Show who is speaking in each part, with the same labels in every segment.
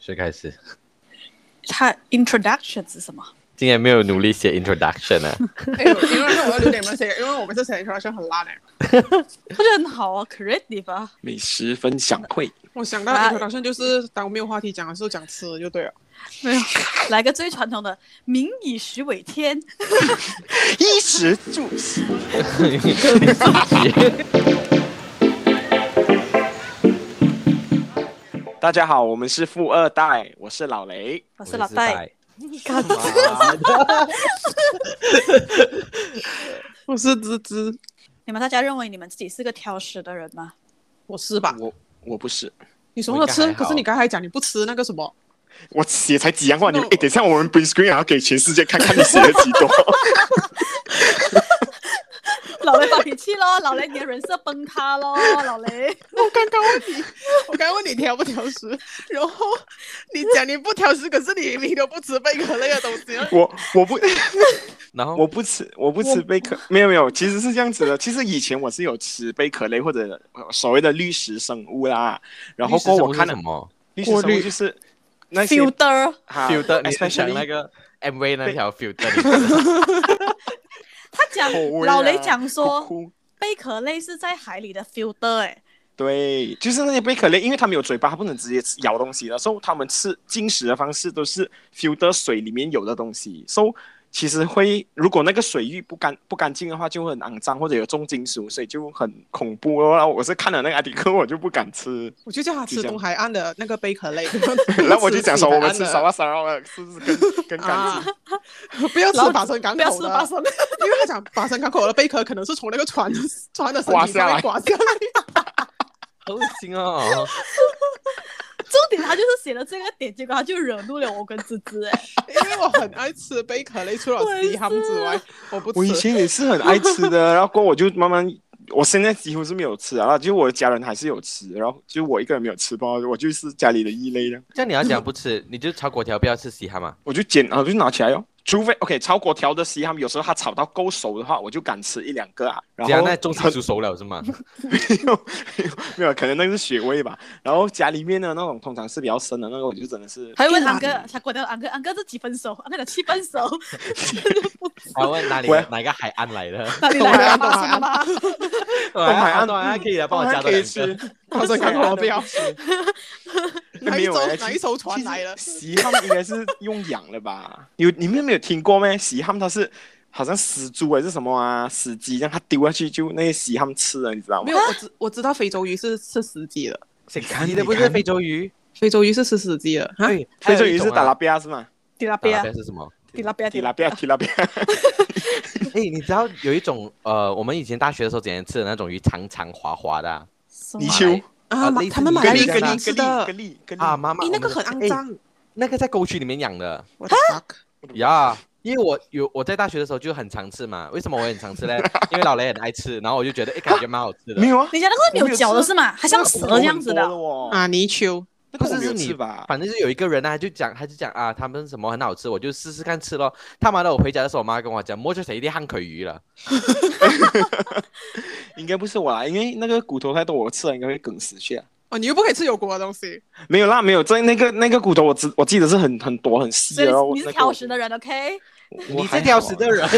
Speaker 1: 谁开始？
Speaker 2: 他 introduction 是什么？
Speaker 1: 竟然没有努力写 introduction 啊呢、
Speaker 3: 哎呦，因为是我要留点名写，因为我每次写 introduction 很烂的。
Speaker 2: 不是很好啊，creative 啊。
Speaker 4: 美食分享会，
Speaker 3: 我想到
Speaker 2: 啊
Speaker 3: introduction 就是当我没有话题讲的时候讲吃就对了。
Speaker 2: 没有，哎来个最传统的“民以食为天
Speaker 4: 衣食住行。大家好，我们是富二代，我是老雷。”，
Speaker 1: 我
Speaker 2: 我是老戴。，干
Speaker 3: 我是芝芝，
Speaker 2: 你们大家认为你们自己是个挑食的人吗？
Speaker 3: 我是吧？
Speaker 4: 我我不是，
Speaker 3: 你怂了
Speaker 1: 我
Speaker 3: 吃
Speaker 1: 应，该还
Speaker 3: 可
Speaker 1: 好
Speaker 3: 是你刚才讲你不吃那个什 么，
Speaker 5: 我写才几样话，你们
Speaker 3: 那我
Speaker 5: 哎，等一下我们 bring screen 然后给全世界看看你写了几多。
Speaker 2: 老雷发脾气咯， 老雷你的人设崩塌咯，老雷。
Speaker 3: 我刚刚问你，我刚刚问你挑不挑食，然后你讲你不挑食，可是你你都不吃贝壳类的东西，
Speaker 5: 我我不
Speaker 1: 然后
Speaker 5: 我不吃我不吃贝壳，没有没有，其实是这样子的。其实以前我是有吃贝壳类或者呃所谓的绿食生物啦，然后过后我看
Speaker 1: 什
Speaker 5: 了
Speaker 1: 么
Speaker 5: 绿食生
Speaker 3: 过滤
Speaker 5: 物就是那 些
Speaker 2: filter，
Speaker 5: 哈
Speaker 1: filter，你在想
Speaker 5: 啊 especially
Speaker 1: 那个 MV 那条 filter？
Speaker 2: 他讲
Speaker 5: 口味啊
Speaker 2: 老雷讲说
Speaker 5: 哭哭
Speaker 2: 贝壳类是在海里的 filter，哎，
Speaker 5: 对，就是那些贝壳类，因为它们有嘴巴，它不能直接吃咬东西的，所以它们吃进食的方式都是 filter 水里面有的东西。所、以其实会，如果那个水域不干不干净的话，就会很肮脏或者有重金属，所以就很恐怖咯。然后我是看了那个阿迪克，我就不敢吃，
Speaker 3: 我就叫他吃
Speaker 5: 就这样
Speaker 3: 东海岸的那个贝壳 类，
Speaker 5: 然后我就讲说我们吃沙
Speaker 3: 么
Speaker 5: 拉沙拉了，是不是更 更干净？
Speaker 3: 啊？ 不要吃
Speaker 2: 老
Speaker 3: 法生港
Speaker 2: 不要
Speaker 3: 口
Speaker 2: 吃
Speaker 3: 的，
Speaker 2: 巴生，
Speaker 3: 因为他讲法生港口的贝壳可能是从那个船的船的身
Speaker 5: 刮
Speaker 3: 体
Speaker 5: 下
Speaker 3: 上面
Speaker 5: 来
Speaker 3: 刮下来。
Speaker 1: 好恶心哦！
Speaker 2: 重点他就是写了这个点，结果他就惹怒了我跟芝芝，哎，
Speaker 3: 因为我很爱吃贝壳类，除了西汉之外，我不
Speaker 5: 我以
Speaker 3: 吃。
Speaker 5: 前也是很爱吃的，然后过后我就慢慢，我现在几乎是没有吃啊，然后就我家人还是有吃，然后就我一个人没有吃吧，我就是家里的异类了。
Speaker 1: 这样你要讲不吃，你就炒粿条，不要吃稀罕嘛。
Speaker 5: 我就剪，啊，我就拿起来哟。除非 OK，炒粿条的稀罕，有时候它炒到够熟的话，我就敢吃一两个啊。然
Speaker 1: 这样
Speaker 5: 后
Speaker 1: 那中西煮熟了是 吗？
Speaker 5: 没有，可能那个是血味吧。然后家里面的那种通常是比较深的那个，我就真的是
Speaker 2: 还问安哥，他关掉安哥，安哥是几分熟？安哥讲七分熟，
Speaker 1: 还问哪里
Speaker 5: 喂
Speaker 1: 哪个海岸来 的？
Speaker 2: 哪里 来
Speaker 3: 啊
Speaker 2: 的巴生吗？
Speaker 5: 海岸
Speaker 1: 东海岸可以来帮我加多
Speaker 5: 可以
Speaker 1: 两
Speaker 5: 吃
Speaker 1: 个。，
Speaker 3: 法生港口我不要。哪
Speaker 5: 没
Speaker 3: 一
Speaker 5: 有
Speaker 3: 艘
Speaker 5: 哎
Speaker 3: 哪
Speaker 5: 其
Speaker 3: 一艘
Speaker 5: 其
Speaker 3: 船
Speaker 5: 实
Speaker 3: 来了
Speaker 5: 西汉应该是用养了吧？有你们有没有听过咩？西汉它是好像死猪还是什么啊？死鸡让它丢下去就那些西汉吃了，你知道吗
Speaker 3: 没？有，我知我知道非洲鱼是吃死鸡的，
Speaker 1: 谁
Speaker 5: 看
Speaker 1: 你的
Speaker 5: 你
Speaker 1: 不是
Speaker 5: 看
Speaker 1: 非洲鱼？
Speaker 3: 非洲鱼是吃死鸡的哈。
Speaker 1: 对，
Speaker 5: 啊非洲鱼是
Speaker 1: 啊打
Speaker 5: 达拉比亚是吗？
Speaker 2: 迪拉
Speaker 1: 打
Speaker 2: 贝
Speaker 1: 拉
Speaker 2: 啊
Speaker 1: 贝，是什么？
Speaker 2: 迪拉贝啊，
Speaker 5: 提拉比亚，提拉比亚。
Speaker 1: 哎，你知道有一种呃，我们以前大学的时候整天吃的那种鱼，长长滑滑的啊
Speaker 2: 什
Speaker 5: 泥
Speaker 2: 么
Speaker 5: 鳅球
Speaker 1: 啊
Speaker 3: 啊，马
Speaker 1: 类似
Speaker 3: 他们
Speaker 1: 你
Speaker 3: 马
Speaker 5: 蛤
Speaker 3: 来
Speaker 1: 跟
Speaker 3: 西
Speaker 5: 蜊，
Speaker 1: 跟你
Speaker 3: 亚人吃
Speaker 5: 蛤蜊，蛤
Speaker 3: 的，
Speaker 5: 蜊，蛤
Speaker 1: 啊，
Speaker 5: 蜊。
Speaker 1: 妈妈，
Speaker 3: 咦，那个
Speaker 1: 我们
Speaker 3: 很
Speaker 1: 的哎
Speaker 3: 肮。脏。
Speaker 1: 那个在沟渠里面养的
Speaker 3: What the fuck？
Speaker 1: 呀。因为我有我在大学的时候就很常吃嘛，为什么我很常吃嘞？因为老雷很爱吃，然后我就觉得哎感觉蛮好吃的。
Speaker 5: 没有啊，
Speaker 2: 你讲那个是扭脚的是吗？还像蛇
Speaker 5: 我
Speaker 2: 这样子的
Speaker 5: 很多。哦。
Speaker 3: 啊，泥鳅。
Speaker 5: 那
Speaker 1: 不
Speaker 5: 个我
Speaker 1: 是
Speaker 5: 没
Speaker 1: 是
Speaker 5: 有
Speaker 1: 你
Speaker 5: 吃吧？
Speaker 1: 反正就有一个人呢、他就讲他就讲啊，他们什么很好吃，我就试试看吃咯。他妈的，我回家的时候，我妈跟我讲，摸着谁一定汉口鱼了。
Speaker 5: 应该不是我啦，因为那个骨头太多，我吃了应该会梗死去啊。
Speaker 3: 哦，你又不可以吃有骨的东西。
Speaker 5: 没有啦，没有，这那个那个骨头我知我记得是很很多很细
Speaker 2: 所
Speaker 5: 的
Speaker 2: 以
Speaker 5: 哦。然后
Speaker 2: 你是
Speaker 5: 那个
Speaker 2: 挑
Speaker 5: 我
Speaker 2: 食的人，OK？
Speaker 1: 你
Speaker 5: 我还
Speaker 1: 这挑
Speaker 5: 好
Speaker 1: 食
Speaker 5: 啊
Speaker 1: 的人，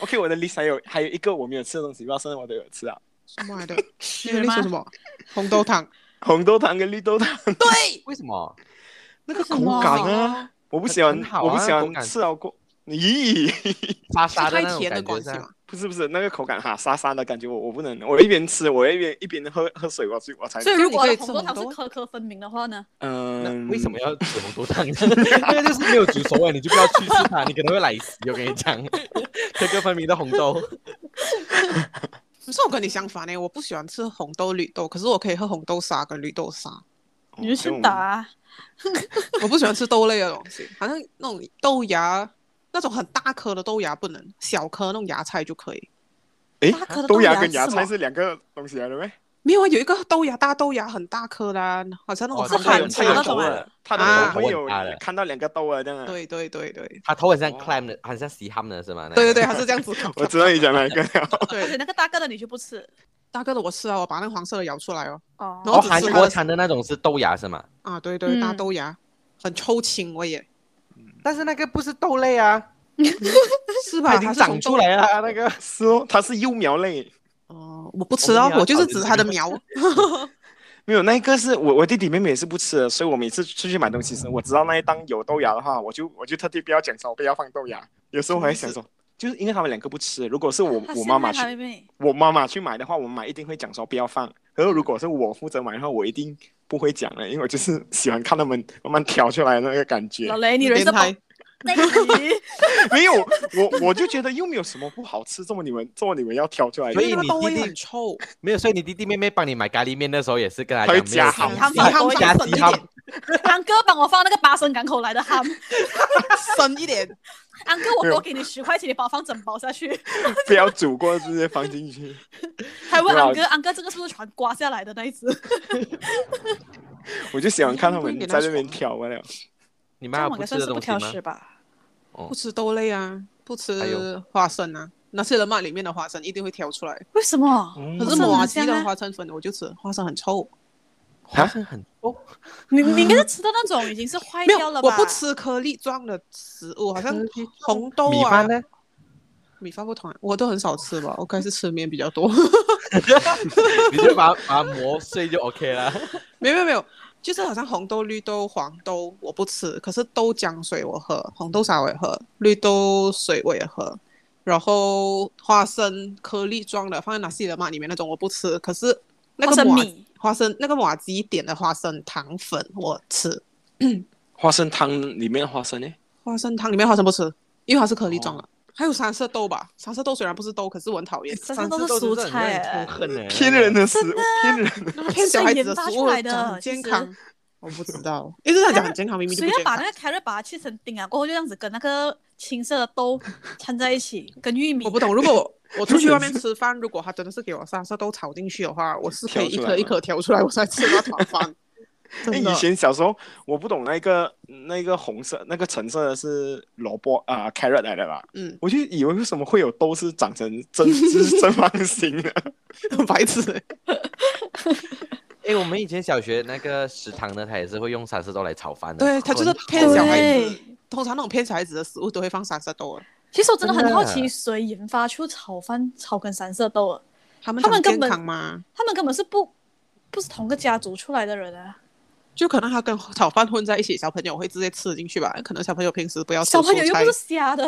Speaker 5: OK，我的 list 还有还有一个我没有吃的东西，不知道剩下我都有吃啊。
Speaker 3: 什么来的？
Speaker 2: 是
Speaker 3: Oh 你那说什么？红豆 汤。
Speaker 5: 红豆汤跟绿豆汤
Speaker 1: 为什么？
Speaker 3: 那个
Speaker 5: 口感啊，我不喜欢，
Speaker 1: 很好啊
Speaker 5: 我不喜
Speaker 1: 口
Speaker 5: 欢
Speaker 1: 感
Speaker 5: 吃到过。咦，
Speaker 1: 沙沙的
Speaker 3: 太
Speaker 1: 那种
Speaker 3: 甜的
Speaker 1: 感觉
Speaker 3: 关
Speaker 1: 是
Speaker 3: 系
Speaker 1: 啊
Speaker 3: 嘛。
Speaker 5: 不是不是，那个口感哈沙沙的感觉我，我不能，我一边吃，我一边一边喝喝水，我去我才
Speaker 2: 所以如果
Speaker 3: 可以吃
Speaker 2: 红豆汤
Speaker 3: 红
Speaker 2: 是
Speaker 3: 豆
Speaker 2: 颗颗分明的话呢？
Speaker 1: 那
Speaker 5: 嗯，
Speaker 1: 为什么要煮红豆汤？那个就是没有煮熟啊，你就不要去试它，你可能会来死。我跟你讲，这个分明的红豆，
Speaker 3: 可是我跟你相反呢，我不喜欢吃红豆绿豆，可是我可以喝红豆沙跟绿豆沙。
Speaker 5: 哦
Speaker 2: 你就去
Speaker 5: 这种
Speaker 2: 打啊，
Speaker 3: 我不喜欢吃豆类的东西，好像那种豆芽，那种很大颗的豆芽不能，小颗那种芽菜就可以。
Speaker 5: 诶
Speaker 2: 大颗的
Speaker 5: 豆
Speaker 2: 豆芽
Speaker 5: 芽跟
Speaker 2: 是
Speaker 5: 芽
Speaker 2: 什
Speaker 5: 菜
Speaker 2: 么
Speaker 5: 是两个东西来的呗。
Speaker 3: 没有啊，有一个豆芽，大豆芽很大颗啦，好像那种
Speaker 1: 哦
Speaker 3: 是
Speaker 1: 它
Speaker 3: 海
Speaker 1: 有
Speaker 3: 苔
Speaker 1: 它有
Speaker 3: 那
Speaker 1: 头
Speaker 3: 种
Speaker 1: 啊
Speaker 3: 啊。
Speaker 5: 了，他的
Speaker 3: 啊
Speaker 5: 头会有
Speaker 1: 头很大的
Speaker 5: 看到两个豆啊，这样啊。
Speaker 3: 对 对对对
Speaker 1: 他头很像
Speaker 5: 哦
Speaker 1: clam 的，很像西汉的是吗？那
Speaker 3: 对对对，
Speaker 1: 个
Speaker 3: 它是这样子搞
Speaker 5: 我知道你讲哪一个了。
Speaker 2: 而且
Speaker 3: 对，
Speaker 2: 那个大个的你就不吃
Speaker 3: 大个的我吃了，啊我把那个黄色的咬出来哦。
Speaker 2: 哦
Speaker 3: 然
Speaker 1: 哦，
Speaker 3: 后只
Speaker 1: 韩
Speaker 3: 吃它
Speaker 1: 国
Speaker 3: 的
Speaker 1: 产的那种是豆芽是吗？
Speaker 3: 啊，对对，大
Speaker 2: 嗯
Speaker 3: 豆芽，很抽筋，我也
Speaker 1: 但是那个不是豆类啊，
Speaker 3: 是吧？
Speaker 1: 它已
Speaker 3: 它
Speaker 1: 经
Speaker 3: 是
Speaker 1: 长
Speaker 3: 从豆
Speaker 1: 出来了啊，那个。
Speaker 5: 是哦，它是幼苗类。
Speaker 3: 哦，我不吃
Speaker 1: 我们
Speaker 3: 哦，
Speaker 1: 也要
Speaker 3: 我就
Speaker 1: 考
Speaker 3: 是
Speaker 1: 虑
Speaker 3: 指
Speaker 1: 这
Speaker 3: 它的
Speaker 1: 个
Speaker 3: 苗。
Speaker 5: 没有，那一个是我我弟弟妹妹也是不吃的，所以我每次出去买东西时，我知道那一档有豆芽的话，我就我就特地不要讲说不要放豆芽。有时候我还想说，就是因为他们两个不吃，如果是我我妈妈去
Speaker 2: 他妹妹
Speaker 5: 我妈妈去买的话，我买一定会讲说不要放。然后如果是我负责买的话，我一定不会讲的，因为我就是 喜欢看他们慢慢挑出来的那个感觉
Speaker 2: 老。雷，你人
Speaker 3: 变
Speaker 2: 生宝
Speaker 3: 态
Speaker 2: 贝，你
Speaker 5: 没有，我我就觉得又没有什么不好吃，这么你们这么你们要挑出来 的
Speaker 1: 所以
Speaker 3: 因为那
Speaker 1: 你
Speaker 3: 个豆
Speaker 1: 弟
Speaker 3: 味
Speaker 1: 弟
Speaker 3: 很臭，
Speaker 1: 没有，所以你弟弟妹妹帮你买咖喱面的时候也是跟他讲
Speaker 5: 他会
Speaker 1: 没有
Speaker 5: 加
Speaker 1: 西
Speaker 5: 好
Speaker 1: 汉
Speaker 2: 他
Speaker 3: 他他
Speaker 2: 们
Speaker 1: 加
Speaker 3: 放
Speaker 1: 西
Speaker 3: 一
Speaker 1: 汉
Speaker 3: 点，
Speaker 2: 安哥帮我放那个巴生港口来的ham，
Speaker 3: 深一点。
Speaker 2: 安哥
Speaker 5: 没
Speaker 2: 我
Speaker 5: 有啊
Speaker 2: 多给你十块钱，你把我放整包下去。
Speaker 5: 不要煮过直接放进去。
Speaker 2: 还问
Speaker 5: 对啊
Speaker 2: 安哥，安哥这个是不是船刮下来的那一只？
Speaker 5: 我就喜欢看他
Speaker 3: 不
Speaker 5: 们
Speaker 3: 能给他
Speaker 5: 在那边挑罢了。
Speaker 1: 你
Speaker 2: 这
Speaker 1: 妈
Speaker 2: 样
Speaker 1: 妈
Speaker 2: 我应
Speaker 1: 不
Speaker 2: 该
Speaker 1: 吃
Speaker 2: 算
Speaker 1: 的
Speaker 2: 是
Speaker 1: 东
Speaker 2: 不
Speaker 1: 西
Speaker 2: 挑
Speaker 1: 吗？
Speaker 2: 食吧？
Speaker 3: 不吃豆类啊，不
Speaker 1: 还
Speaker 3: 吃
Speaker 1: 有
Speaker 3: 花生啊，那些人嘛里面的花生一定会挑出来。
Speaker 2: 为什么？
Speaker 5: 哦
Speaker 3: 可
Speaker 2: 不
Speaker 3: 是
Speaker 2: 是很
Speaker 3: 马吉
Speaker 2: 香
Speaker 3: 的
Speaker 2: 啊
Speaker 3: 花生粉我就吃，花生很臭。
Speaker 1: 花生很多，
Speaker 2: 你你应该是吃的那种已经是坏
Speaker 3: 没有
Speaker 2: 掉，了吧？
Speaker 3: 我不吃颗粒状的食物，好像红豆
Speaker 1: 米
Speaker 3: 啊
Speaker 1: 饭、呢？
Speaker 3: 米饭不同，啊我都很少吃吧。我该是吃面比较多。
Speaker 1: 你就把它把它磨碎就 OK 了。
Speaker 3: 没有没有没有，就是好像红豆、绿豆、黄豆我不吃，可是豆浆水我喝，红豆沙我也喝，绿豆水我也喝，然后花生颗粒状的放在哪西的嘛里面那种我不吃，可是那
Speaker 2: 花
Speaker 3: 个
Speaker 2: 生
Speaker 3: 马
Speaker 2: 哦米。
Speaker 3: 花生那个马吉点的花生糖粉我吃，
Speaker 5: 花生汤里面的花生呢？
Speaker 3: 花生汤里面花生不吃，因为它是颗粒状的。还有三色豆吧，三色豆虽然不是豆，可是我很讨厌
Speaker 2: 哎三生都是蔬菜
Speaker 1: 很
Speaker 2: 欸，
Speaker 1: 痛恨呢，
Speaker 5: 骗人的食物，骗人的。
Speaker 3: 那 骗小孩子
Speaker 2: 研
Speaker 3: 的
Speaker 2: 发
Speaker 3: 食
Speaker 2: 出
Speaker 3: 物
Speaker 2: 来的
Speaker 3: 讲很
Speaker 2: 其
Speaker 3: 健
Speaker 2: 实
Speaker 3: 康，我不知道，一直在讲很健康，明明就
Speaker 2: 所
Speaker 3: 不
Speaker 2: 以
Speaker 3: 健
Speaker 2: 要把
Speaker 3: 康
Speaker 2: 那。个 carrot 把它切成丁啊，过后就这样子跟那个青色的 豆掺在一起，跟玉米。啊
Speaker 3: 我不懂，如果我我出去外面吃饭，如果他真的是给我三色豆炒进去的话，我是可以一
Speaker 5: 挑出来
Speaker 3: 颗一
Speaker 5: 吗
Speaker 3: 颗挑出来，我才吃那团 饭。
Speaker 5: 哎，
Speaker 3: 真的
Speaker 5: 以，前小时候我不懂那个那个红色那个橙色的是萝卜啊、carrot 来的吧？
Speaker 3: 嗯，
Speaker 5: 我就以为为什么会有都是长成正 就是正方形的，
Speaker 3: 很白痴欸。
Speaker 1: 哎，我们以前小学那个食堂呢，他也是会用三色豆来炒饭的。
Speaker 3: 对他就是 骗
Speaker 2: 对
Speaker 3: 小孩子，通常那种骗小孩子的食物都会放三色豆的，
Speaker 2: 其实我真的很
Speaker 1: 真的
Speaker 2: 好奇，谁研发出炒饭炒跟三色豆啊？
Speaker 3: 他们
Speaker 2: 他们
Speaker 3: 讲
Speaker 2: 根本
Speaker 3: 健康吗？
Speaker 2: 他们根本是不不是同个家族出来的人啊！
Speaker 3: 就可能他跟炒饭混在一起，小朋友会直接吃进去吧。可能小朋友平时不要吃
Speaker 2: 小朋友
Speaker 3: 蔬
Speaker 2: 又
Speaker 3: 啊菜
Speaker 2: 不是，瞎的，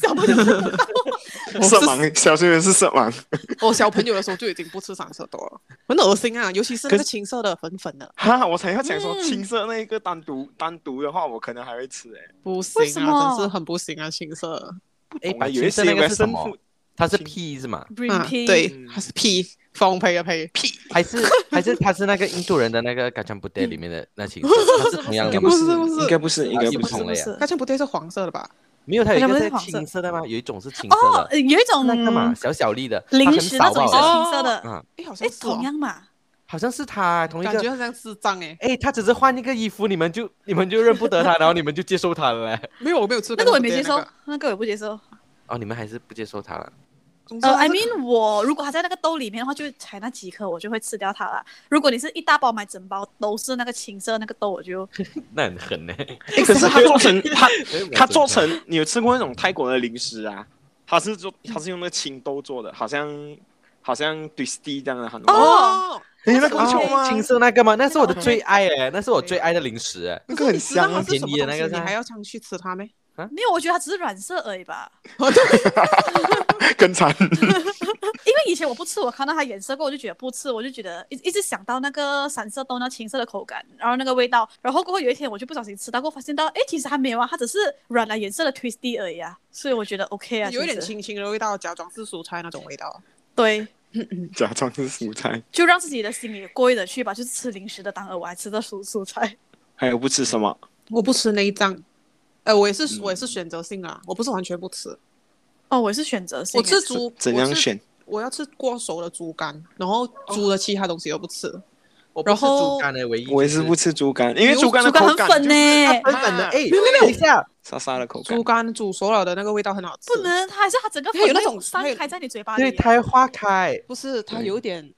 Speaker 2: 小朋友不知道
Speaker 5: 色盲，小学生是色盲。
Speaker 3: 我小朋友的时候就已经不吃三色豆了，很恶心啊！尤其是那
Speaker 5: 可
Speaker 3: 个
Speaker 5: 是
Speaker 3: 青色的粉粉的，
Speaker 5: 哈，我才要讲说
Speaker 2: 嗯
Speaker 5: 青色那一个单独单独的话，我可能还会吃哎、
Speaker 3: 不行
Speaker 2: 为什
Speaker 3: 啊，
Speaker 2: 么
Speaker 3: 真是很不行啊！青色，
Speaker 1: 哎，
Speaker 5: 我
Speaker 1: 把
Speaker 5: 还以为
Speaker 1: 青
Speaker 5: 是
Speaker 1: 色那个是什
Speaker 5: Western
Speaker 1: 么
Speaker 5: food？？
Speaker 1: 它是 P 是吗？
Speaker 2: green
Speaker 3: 啊，
Speaker 2: pea，
Speaker 1: 嗯
Speaker 3: 对，它是屁，放屁的屁，屁，
Speaker 1: 还是还是它是那个印度人的那个嘎酱布袋里面的那青 色？它是同样的
Speaker 3: 不
Speaker 1: 吗？
Speaker 3: 是不是
Speaker 5: 应该不是，应该
Speaker 1: 也
Speaker 5: 不
Speaker 1: 不
Speaker 5: 是。
Speaker 1: 同
Speaker 2: 不
Speaker 1: 类啊
Speaker 2: 是
Speaker 3: 那就不对，是黄色的吧？
Speaker 1: 没有，它有一
Speaker 2: 它不
Speaker 1: 个
Speaker 2: 是
Speaker 1: 是
Speaker 2: 黄色
Speaker 1: 青色的吗？有一种是青色
Speaker 2: 哦，
Speaker 1: 的，
Speaker 2: 呃有一种
Speaker 1: 那个嘛，小小粒的，它
Speaker 2: 零
Speaker 1: 很
Speaker 2: 食
Speaker 1: 少
Speaker 2: 那种也
Speaker 1: 吧
Speaker 2: 是
Speaker 1: 我觉得
Speaker 2: 青色的，
Speaker 1: 嗯，
Speaker 3: 哎，好像
Speaker 2: 哎，
Speaker 3: 是哦
Speaker 2: 同，样嘛，
Speaker 1: 好像是他同一
Speaker 3: 感觉
Speaker 1: 个。
Speaker 3: 好像智障哎。
Speaker 1: 哎，他只是换一个衣服，你们就你们就认不得他，然后你们就接受他了 嘞。
Speaker 3: 没有，我没有吃过
Speaker 2: 那
Speaker 3: 个
Speaker 2: 个我
Speaker 3: 不
Speaker 2: 也没
Speaker 3: 对
Speaker 2: 接
Speaker 3: 的
Speaker 2: 受
Speaker 3: 那个。，
Speaker 2: 那个我也不接受。
Speaker 1: 哦，你们还是不接受他了。
Speaker 3: 总之
Speaker 2: 呃
Speaker 3: 它
Speaker 2: ，I
Speaker 3: 是
Speaker 2: mean，我如果还在那个兜里面的话，就采那几颗，我就会吃掉它了。如果你是一大包买整包都是那个青色那个兜，我 就
Speaker 1: 那很狠呢、
Speaker 5: 哎，可是它做成它
Speaker 1: 欸。
Speaker 5: 它做成，你有吃过那种泰国的零食啊？它是做它是用那个青豆做的，好像好像 d i s t 这样的很。
Speaker 2: 哦
Speaker 3: 哦，
Speaker 5: 哎，那个
Speaker 1: 哦
Speaker 5: 不错吗？
Speaker 1: 青色那个吗？那是我的
Speaker 3: 那个
Speaker 1: 最爱哎、那是我最爱的零食哎、
Speaker 5: 那
Speaker 3: 可
Speaker 5: 个
Speaker 3: 是
Speaker 5: 很
Speaker 3: 你知道它
Speaker 5: 香啊
Speaker 1: 很。
Speaker 3: 是什么
Speaker 1: 便宜的
Speaker 3: 东
Speaker 1: 那
Speaker 3: 西
Speaker 1: 个
Speaker 3: 你
Speaker 1: 噻
Speaker 3: 还要常去吃它 没？
Speaker 2: 没有，我觉得它只是染色而已吧。
Speaker 3: 啊
Speaker 5: 跟餐。
Speaker 2: 因为以前我不吃，我看到它颜色过，我就觉得不吃，我就觉得一一直想到那个散色豆那青色的口感，然后那个味道，然后过后有一天我就不小心吃到过，发现到哎，其实还没有啊，它只是染了颜色的 twisty 而已啊，所以我觉得 OK 啊，
Speaker 3: 有一点
Speaker 2: 其实
Speaker 3: 清清的味道，假装是蔬菜那种味道。
Speaker 2: 对，
Speaker 5: 假装是蔬菜，
Speaker 2: 就让自己的心里过意得去吧，就是吃零食的当儿，我还吃的蔬蔬菜，
Speaker 5: 还有不吃什么？
Speaker 3: 我不吃内脏，呃，我也
Speaker 5: 嗯
Speaker 3: 是我也是选择性啊，我不是完全不吃，
Speaker 2: 哦，我是选择性
Speaker 3: 我
Speaker 2: 耶，
Speaker 3: 吃猪，
Speaker 5: 怎
Speaker 3: 我
Speaker 5: 样
Speaker 3: 是
Speaker 5: 选？
Speaker 3: 我要吃过熟的猪肝，然后猪的其他东西都不吃。
Speaker 1: 我不
Speaker 3: 然
Speaker 1: 吃猪
Speaker 3: 后
Speaker 1: 肝的唯一，
Speaker 5: 我也是不
Speaker 1: 吃
Speaker 5: 吃猪肝，因为
Speaker 3: 牛
Speaker 5: 猪肝的
Speaker 2: 猪
Speaker 5: 口
Speaker 2: 肝很
Speaker 5: 感
Speaker 2: 粉
Speaker 5: 就
Speaker 2: 呢、
Speaker 5: 是
Speaker 1: 粉粉的，哎，
Speaker 3: 没有没有没有
Speaker 1: 等一下，
Speaker 5: 沙沙的口感
Speaker 3: 猪。肝煮熟了的那个味道很好吃。
Speaker 2: 不，能，它还是它整个
Speaker 3: 它有
Speaker 2: 粉
Speaker 3: 那
Speaker 2: 会
Speaker 3: 种
Speaker 2: 散
Speaker 3: 它有
Speaker 2: 开在你嘴巴里
Speaker 1: 对，
Speaker 2: 耶。
Speaker 1: 开花开，
Speaker 3: 不是它
Speaker 5: 对
Speaker 3: 有点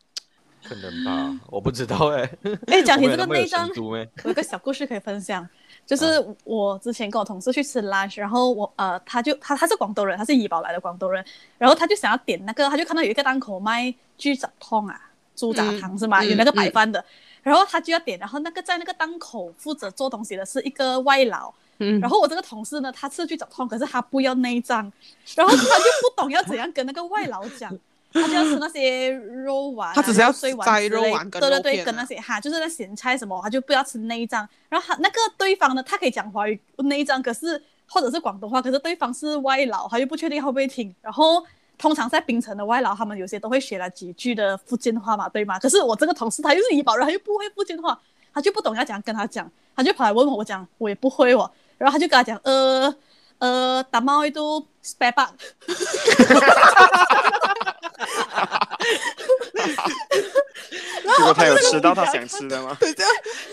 Speaker 1: 可能吧，我不知道哎。
Speaker 2: 哎，讲起
Speaker 1: 我们
Speaker 2: 这个
Speaker 1: 有没有
Speaker 2: 内脏
Speaker 1: 神，猪咩
Speaker 2: 我有个小故事可以分享，就是我之前跟我同事去吃 lunch，然后我呃，他就他他是广东人，他是怡保来的广东人，然后他就想要点那个，他就看到有一个档口卖猪杂汤啊，猪杂汤是吗？
Speaker 3: 嗯
Speaker 2: 有那个
Speaker 3: 嗯
Speaker 2: 白饭的，然后他就要点，然后那个在那个档口负责做东西的是一个外劳，
Speaker 3: 嗯
Speaker 2: 然后我这个同事呢，他吃去找痛，可是他不要内脏，然后他就不懂要怎样跟那个外劳讲，他就要吃那些肉丸啊、
Speaker 3: 他只是要
Speaker 2: 碎丸
Speaker 3: 摘
Speaker 2: 之
Speaker 3: 肉
Speaker 2: 类
Speaker 3: 丸跟
Speaker 2: 对对
Speaker 3: 肉片
Speaker 2: 对，
Speaker 3: 啊
Speaker 2: 跟那些哈，就是那咸菜什么，他就不要吃内脏。然后他那个对方呢，他可以讲华语内脏，可是或者是广东话，可是对方是外劳，他又不确定他会不会听，然后。通常在槟城的外劳，他们有些都会学了几句的福建话嘛，对吗？可是我这个同事他又是怡保人，他又不会福建话，他就不懂要怎样跟他讲，他就跑来问我，我讲我也不会哦，然后他就跟他讲，呃呃，打猫一都 spare part，
Speaker 5: 结果他有吃到他想吃的 吗？
Speaker 3: 等一下，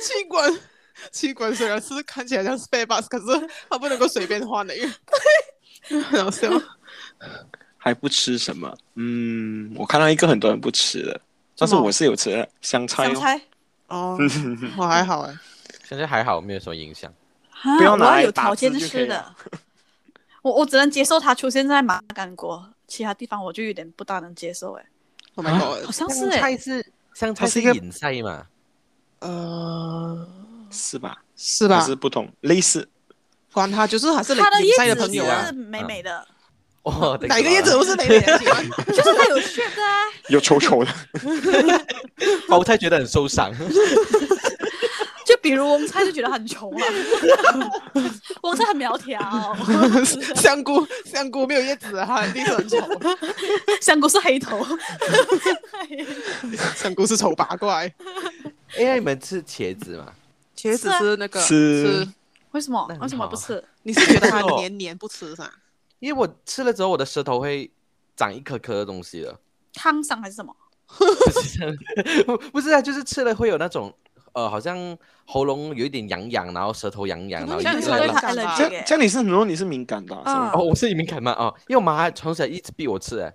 Speaker 3: 气管气管虽然是看起来像 spare bus，可是它不能够随便换的，因为 很好笑。
Speaker 5: 还不吃什么？嗯，我看到一个很多人不吃的，但是
Speaker 3: 什么
Speaker 5: 我是有吃的香菜
Speaker 2: 想
Speaker 5: 哦。
Speaker 2: 猜
Speaker 3: 哦，我还好哎，
Speaker 1: 现在还好，没有什么影响。
Speaker 2: 啊，
Speaker 5: 不要
Speaker 2: 我
Speaker 5: 拿来
Speaker 2: 要有
Speaker 5: 打
Speaker 2: 条
Speaker 5: 字
Speaker 2: 件
Speaker 5: 就可
Speaker 2: 式
Speaker 5: 以
Speaker 2: 的
Speaker 5: 了，
Speaker 2: 我我只能接受他出现在马干国，其他地方我就有点不大能接受哎，
Speaker 3: Oh my god，
Speaker 2: 好像是
Speaker 1: 香
Speaker 2: 哎，
Speaker 1: 菜是香菜
Speaker 5: 它是
Speaker 1: 是
Speaker 5: 一个
Speaker 1: 隐菜嘛？
Speaker 3: 呃，
Speaker 5: 是吧？
Speaker 3: 是
Speaker 5: 还
Speaker 3: 吧
Speaker 5: 是？不同，类似
Speaker 3: 管他，就是还是
Speaker 2: 他的
Speaker 3: 你晒
Speaker 2: 叶
Speaker 3: 的
Speaker 2: 子
Speaker 3: 朋友啊
Speaker 2: 是。美美 的，
Speaker 1: 哦，
Speaker 3: 哪个叶子？不是哪个叶
Speaker 1: 啊
Speaker 3: 子？
Speaker 2: 就是他有血的啊，
Speaker 5: 有丑丑的，
Speaker 1: 包菜哦觉得很受 伤。
Speaker 2: 就比如翁菜就觉得很穷啊， 翁菜很苗条，
Speaker 3: 香菇，香菇没有叶子啊，它一定是很丑。
Speaker 2: 香菇是黑头，
Speaker 3: 香菇是丑八怪，
Speaker 1: 哎，那你们吃茄子嘛？
Speaker 3: 茄
Speaker 2: 是
Speaker 3: 子
Speaker 2: 啊
Speaker 3: 是那个
Speaker 5: 吃
Speaker 3: 吃
Speaker 2: 为什么
Speaker 1: 那很
Speaker 2: 为什么
Speaker 1: 好
Speaker 2: 不吃？
Speaker 3: 你是觉得它
Speaker 1: 是哦
Speaker 3: 黏黏不吃是吧？
Speaker 1: 因为我吃了之后，我的舌头会长一颗颗的东西 了。
Speaker 2: 烫伤还是什么？
Speaker 1: 不是这样不不是啊，就是吃了会有那种呃，好像喉咙有一点痒痒，然后舌头痒痒，然
Speaker 3: 可
Speaker 1: 后
Speaker 3: 能
Speaker 1: 一
Speaker 2: 像
Speaker 3: 像
Speaker 2: 你
Speaker 1: 直
Speaker 2: 说
Speaker 3: 你说
Speaker 2: 的
Speaker 3: 的
Speaker 1: 拉
Speaker 2: 他
Speaker 3: 它。敏感
Speaker 2: allergy
Speaker 3: 吧
Speaker 5: 这这样你是很多你是敏感的啊、是吗
Speaker 1: 哦，我是敏感嘛，哦，因为我妈从小一直逼我吃，哎，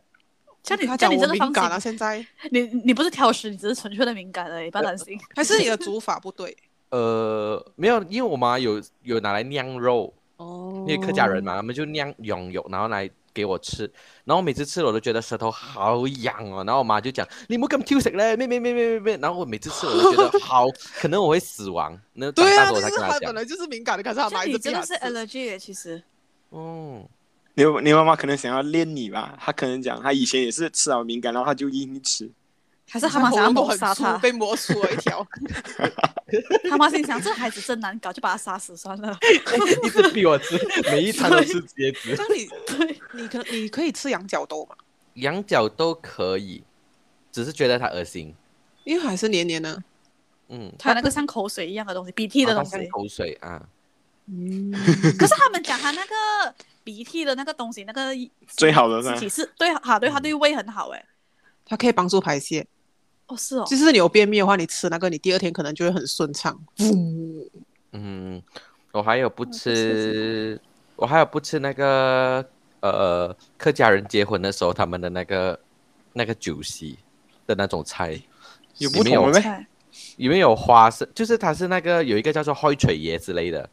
Speaker 2: 像你
Speaker 3: 他
Speaker 2: 像
Speaker 3: 讲
Speaker 2: 你
Speaker 3: 我
Speaker 2: 这个
Speaker 3: 敏
Speaker 2: 方
Speaker 3: 感了，啊
Speaker 2: 式，
Speaker 3: 现在
Speaker 2: 你你不是挑食，你只是纯粹的敏感而已，不要担心。
Speaker 3: 还是你的煮法不对。
Speaker 1: 呃，没有，因为我妈有有拿来酿肉，
Speaker 3: 哦
Speaker 1: 因为客家人嘛，他们就酿羊油，然后来给我吃，然后每次吃了我都觉得舌头好痒哦，然后我妈就讲你莫咁挑食嘞，咩咩咩咩咩咩，然后我每次吃我都觉得 好，可能我会死亡，那长
Speaker 3: 对
Speaker 1: 大
Speaker 3: 啊，
Speaker 1: 之后我
Speaker 3: 就
Speaker 1: 才
Speaker 3: 是
Speaker 1: 跟她
Speaker 3: 他
Speaker 1: 讲
Speaker 3: 本，来就是敏感的，可是他
Speaker 2: 像
Speaker 3: 买
Speaker 2: 你
Speaker 3: 着
Speaker 2: 真的是
Speaker 3: 自己
Speaker 2: allergy 耶，其实
Speaker 1: 嗯，
Speaker 5: 你你妈妈可能想要练你吧？她可能讲她以前也是吃了敏感，然后她就硬吃。
Speaker 2: 还是
Speaker 3: 吃
Speaker 2: 他妈想要
Speaker 3: 喉咙
Speaker 2: 谋
Speaker 3: 很
Speaker 2: 杀
Speaker 3: 粗，
Speaker 2: 他，
Speaker 3: 被磨出了一 条。
Speaker 2: 他妈心想这孩子真难搞，就把他杀死算 了。
Speaker 1: 一直逼我 吃，每一餐都吃茄子，
Speaker 3: 那你你可你可以吃羊角豆嘛？
Speaker 1: 羊角都可以，只是觉得它恶心，
Speaker 3: 因为还是黏黏的。
Speaker 1: 嗯，
Speaker 2: 他有那个像口水一样的东西，鼻涕的
Speaker 1: 好
Speaker 2: 东
Speaker 1: 像
Speaker 2: 西。
Speaker 1: 口水啊，
Speaker 3: 嗯，
Speaker 2: 可是他们讲他那个鼻涕的那个东西，那个
Speaker 5: 最好的是吧
Speaker 2: 自己是对哈，对他对胃很好哎。
Speaker 3: 它可以帮助排泄。
Speaker 2: 哦，是哦，
Speaker 3: 就是你有便秘的话，你吃那个，你第二天可能就会很顺畅。
Speaker 1: 嗯，我还有不
Speaker 2: 不吃
Speaker 1: 吃，我还有不吃那个呃客家人结婚的时候他们的那个那个酒席的那种菜，
Speaker 5: 有
Speaker 1: 里
Speaker 5: 不
Speaker 1: 面
Speaker 5: 同啊
Speaker 1: 有
Speaker 5: 的咩
Speaker 2: 菜
Speaker 1: 里面有花生，就是它是那个有一个叫做开锤爷之类的，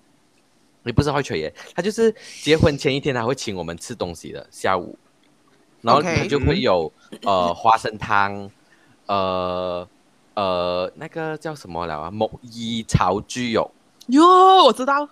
Speaker 1: 也不是开锤爷，他就是结婚前一天他会请我们吃东西的下午，然后
Speaker 3: OK
Speaker 1: 他就会有呃花生汤，呃呃那个叫什么了啊，木耳炒猪肉。
Speaker 3: 哟，我知道，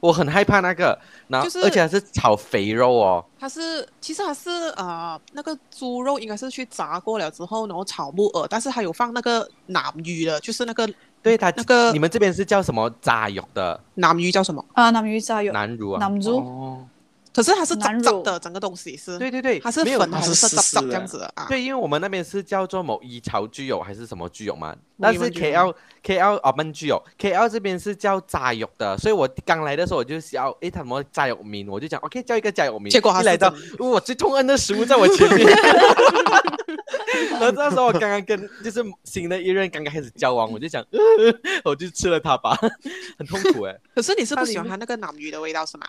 Speaker 1: 我很害怕那个，然后、
Speaker 3: 就是
Speaker 1: 而且还是炒肥肉哦，
Speaker 3: 它是其实它是呃那个猪肉应该是去炸过了之后，然后炒木耳，但是它有放那个腩鱼的，就是那个
Speaker 1: 对它
Speaker 3: 那个
Speaker 1: 你们这边是叫什么炸肉的
Speaker 3: 腩鱼叫什么？
Speaker 2: 啊，南鱼炸有
Speaker 1: 南乳啊？
Speaker 2: 南猪
Speaker 5: 哦，
Speaker 3: 可是它是
Speaker 2: 腩
Speaker 3: 炸
Speaker 2: 肉
Speaker 3: 炸的，整个东西是，
Speaker 1: 对对对，
Speaker 3: 它是
Speaker 1: 没有
Speaker 3: 粉
Speaker 5: 它
Speaker 3: 红
Speaker 5: 是
Speaker 3: 色
Speaker 5: 湿
Speaker 3: 炸
Speaker 5: 湿
Speaker 3: 炸
Speaker 5: 的
Speaker 3: 这样子的啊。
Speaker 1: 对，因为我们那边是叫做某一炒猪肉还是什么猪肉嘛，
Speaker 3: 某
Speaker 1: 但
Speaker 3: 一
Speaker 1: 是
Speaker 3: 焖猪肉
Speaker 1: K L K L 啊焖猪肉，K L 这边是叫炸肉的，所以我刚来的时候我就想，诶，他们炸肉名，我就讲 OK 叫一个炸肉名，
Speaker 3: 结果它
Speaker 1: 一
Speaker 3: 是
Speaker 1: 来到
Speaker 3: 真的
Speaker 1: 我最痛恨的食物在我前面， 然后那时候我刚刚跟就是新的一任刚刚开始交往，我就想， 我就吃了它吧， 很痛苦哎、
Speaker 3: 可是你是不喜欢它那个南鱼的味道是吗？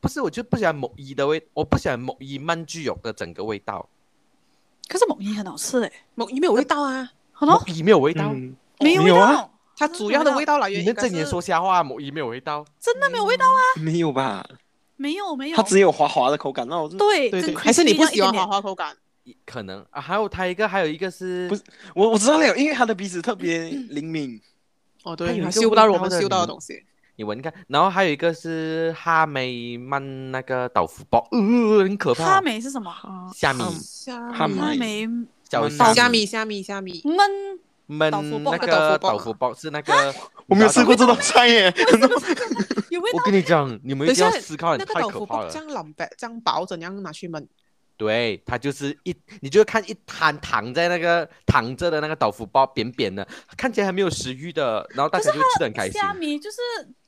Speaker 1: 不是，我就不喜欢某一的味，我不喜欢某一慢具有的整个味道，
Speaker 2: 可是蒙衣很好吃诶，
Speaker 3: 某鱼没有味道啊，
Speaker 2: 好
Speaker 1: 某
Speaker 2: 咯，
Speaker 1: 一没有味道。
Speaker 5: 嗯
Speaker 2: 没有味
Speaker 5: 没有啊
Speaker 2: 道，
Speaker 3: 它主要的味道来源
Speaker 1: 你
Speaker 3: 应
Speaker 1: 们
Speaker 3: 该
Speaker 1: 睁眼
Speaker 3: 是
Speaker 1: 说瞎话，某一没有味道。
Speaker 2: 真的没有味道啊，
Speaker 5: 没有吧？
Speaker 2: 没有没有
Speaker 5: 它，只有滑滑的口感，那我真的
Speaker 2: 对
Speaker 3: 对
Speaker 2: 跟
Speaker 3: 对，还是你
Speaker 2: crispy
Speaker 3: 不
Speaker 2: 那样一
Speaker 3: 喜欢
Speaker 2: 点
Speaker 3: 滑滑口感？
Speaker 1: 可能啊，还有它一个，还有一个是
Speaker 5: 不是我我知道了，因为它的鼻子特别灵敏，
Speaker 3: 哦，
Speaker 1: 它有一
Speaker 3: 对，它
Speaker 1: 个
Speaker 3: 嗅不到
Speaker 1: 味
Speaker 3: 我
Speaker 1: 道
Speaker 3: 们
Speaker 1: 的
Speaker 3: 嗅到的
Speaker 1: 你
Speaker 3: 东西。
Speaker 1: 你闻看，然后还有一个是哈梅曼那个豆腐包，呃，很可怕。
Speaker 2: 哈梅是什么？
Speaker 1: 嗯虾米、
Speaker 5: 哈
Speaker 3: 虾
Speaker 5: 米
Speaker 2: 哈
Speaker 5: 麦
Speaker 2: 梅
Speaker 1: 小
Speaker 5: 豆
Speaker 1: 虾
Speaker 5: 腐
Speaker 3: 虾米虾米虾米，
Speaker 2: 焖
Speaker 1: 焖
Speaker 2: 豆腐包
Speaker 1: 那
Speaker 3: 那
Speaker 1: 个
Speaker 3: 豆腐包
Speaker 1: 豆腐包是那
Speaker 3: 啊
Speaker 1: 个，
Speaker 5: 我没有吃过这道菜耶。
Speaker 2: 有味
Speaker 1: 我
Speaker 2: 道，
Speaker 1: 跟你讲，你们
Speaker 3: 等
Speaker 1: 一
Speaker 3: 一
Speaker 1: 定要
Speaker 3: 下
Speaker 1: 思考，
Speaker 3: 那个
Speaker 1: 太
Speaker 3: 豆
Speaker 1: 可
Speaker 3: 腐
Speaker 1: 怕
Speaker 3: 包
Speaker 1: 了
Speaker 3: 这。样冷白这样薄，怎样拿去焖？
Speaker 1: 对，它就是一，你就看一摊躺在那个躺着的那个豆腐包，扁扁的，看起来还没有食欲的，然后大家就吃的很开心。
Speaker 2: 虾米就是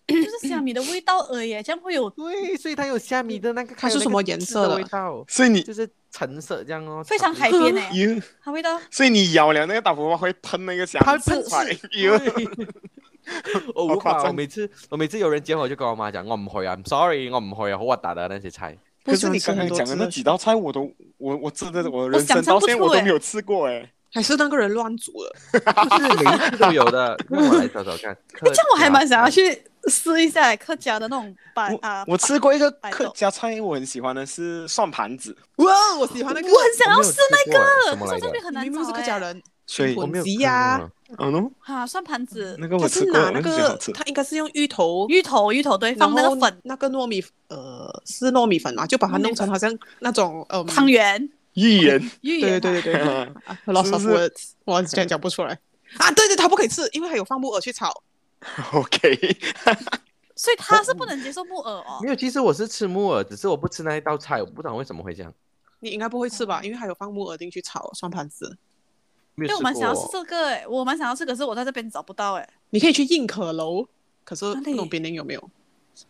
Speaker 2: 就是虾米的味道而已，这样会有
Speaker 1: 对，所以它有虾米的那个，
Speaker 3: 它
Speaker 1: 还有
Speaker 3: 是
Speaker 1: 那
Speaker 3: 什
Speaker 1: 个
Speaker 3: 么颜
Speaker 1: 汁
Speaker 3: 色
Speaker 1: 的
Speaker 3: 的
Speaker 1: 味道？
Speaker 5: 所以你
Speaker 1: 就是橙色这样哦，
Speaker 2: 非常
Speaker 1: 橙
Speaker 2: 海 边哎诶，
Speaker 5: 哟，
Speaker 2: 它味道
Speaker 5: 所以你咬了那个大头包会喷那个香
Speaker 1: 它
Speaker 5: 菜
Speaker 1: 喷是，
Speaker 5: 哟，
Speaker 1: 我
Speaker 5: 好
Speaker 1: 无
Speaker 5: 夸
Speaker 1: 法，哦我
Speaker 5: 張
Speaker 1: 每次我每次有人叫我就跟我妈讲，我唔去啊，I'm sorry，我唔去啊，好核突的那些菜。
Speaker 3: 不
Speaker 5: 可
Speaker 3: 喜
Speaker 5: 是
Speaker 3: 欢吃很
Speaker 5: 你刚才
Speaker 3: 多
Speaker 5: 讲的
Speaker 3: 汁
Speaker 5: 那
Speaker 3: 的
Speaker 5: 几道菜，我都我我真的我
Speaker 2: 我
Speaker 5: 人
Speaker 2: 想
Speaker 5: 生
Speaker 2: 象
Speaker 5: 到
Speaker 2: 不
Speaker 5: 现在我
Speaker 2: 出
Speaker 5: 都
Speaker 2: 欸
Speaker 5: 没有吃过哎。
Speaker 3: 还是那个人乱煮的？
Speaker 1: 就是每一次都有 的，让我来找找看。客
Speaker 2: 这样我还
Speaker 1: 家嗯
Speaker 2: 蛮想要
Speaker 1: 菜
Speaker 2: 去试一下客家的那种把啊，
Speaker 5: 我我吃过一个
Speaker 2: 白
Speaker 5: 客
Speaker 2: 豆
Speaker 5: 家菜，我很喜欢的是蒜盘子，
Speaker 3: 哇，我喜欢那个，
Speaker 2: 我很想要试
Speaker 1: 那什
Speaker 2: 那个，
Speaker 1: 么
Speaker 2: 可
Speaker 1: 来
Speaker 2: 是这边
Speaker 1: 的？
Speaker 2: 很
Speaker 3: 你
Speaker 2: 难
Speaker 3: 明
Speaker 2: 找
Speaker 3: 明是客家
Speaker 2: 哎
Speaker 3: 人，
Speaker 5: 所以
Speaker 3: 我
Speaker 1: 我没有
Speaker 3: 急
Speaker 1: 看
Speaker 3: 呀
Speaker 1: 过
Speaker 5: 嗯喏，
Speaker 2: 啊，蒜盘子、
Speaker 5: 嗯那个
Speaker 3: 他
Speaker 5: 我吃
Speaker 3: 是
Speaker 5: 过，
Speaker 3: 拿
Speaker 5: 我
Speaker 3: 那
Speaker 5: 就觉得好
Speaker 3: 个
Speaker 5: 吃，。
Speaker 3: 他应该是用芋头，
Speaker 2: 芋头、芋头对，
Speaker 3: 然
Speaker 2: 放那
Speaker 3: 后
Speaker 2: 个粉
Speaker 3: 那个糯米，呃，是糯米粉嘛，就把它
Speaker 2: 糯米
Speaker 3: 弄成好像那种呃
Speaker 2: 汤圆、
Speaker 5: 芋圆，
Speaker 2: 芋圆
Speaker 3: 对
Speaker 2: 啊，
Speaker 3: 对对对对啊，lots of
Speaker 5: 是不是
Speaker 3: words，我之前讲不出来啊。对对，他不可以吃，因为还有放木耳去炒。
Speaker 5: OK，
Speaker 2: 所以他是不能接受木耳哦
Speaker 1: 没。有，其实我是吃木耳，只是我不吃那一道菜，我不懂为什么会这样。
Speaker 3: 你应该不会吃吧？因为还有放木耳进去炒蒜盘子。
Speaker 1: 没
Speaker 2: 因
Speaker 1: 有
Speaker 2: 为
Speaker 1: 吃
Speaker 2: 我蛮想要
Speaker 1: 过
Speaker 2: 吃这个哎，我蛮想要吃，可是我在这边找不到哎。
Speaker 3: 你可以去硬可楼，可是
Speaker 2: 哪里
Speaker 3: 不懂边宁有没有？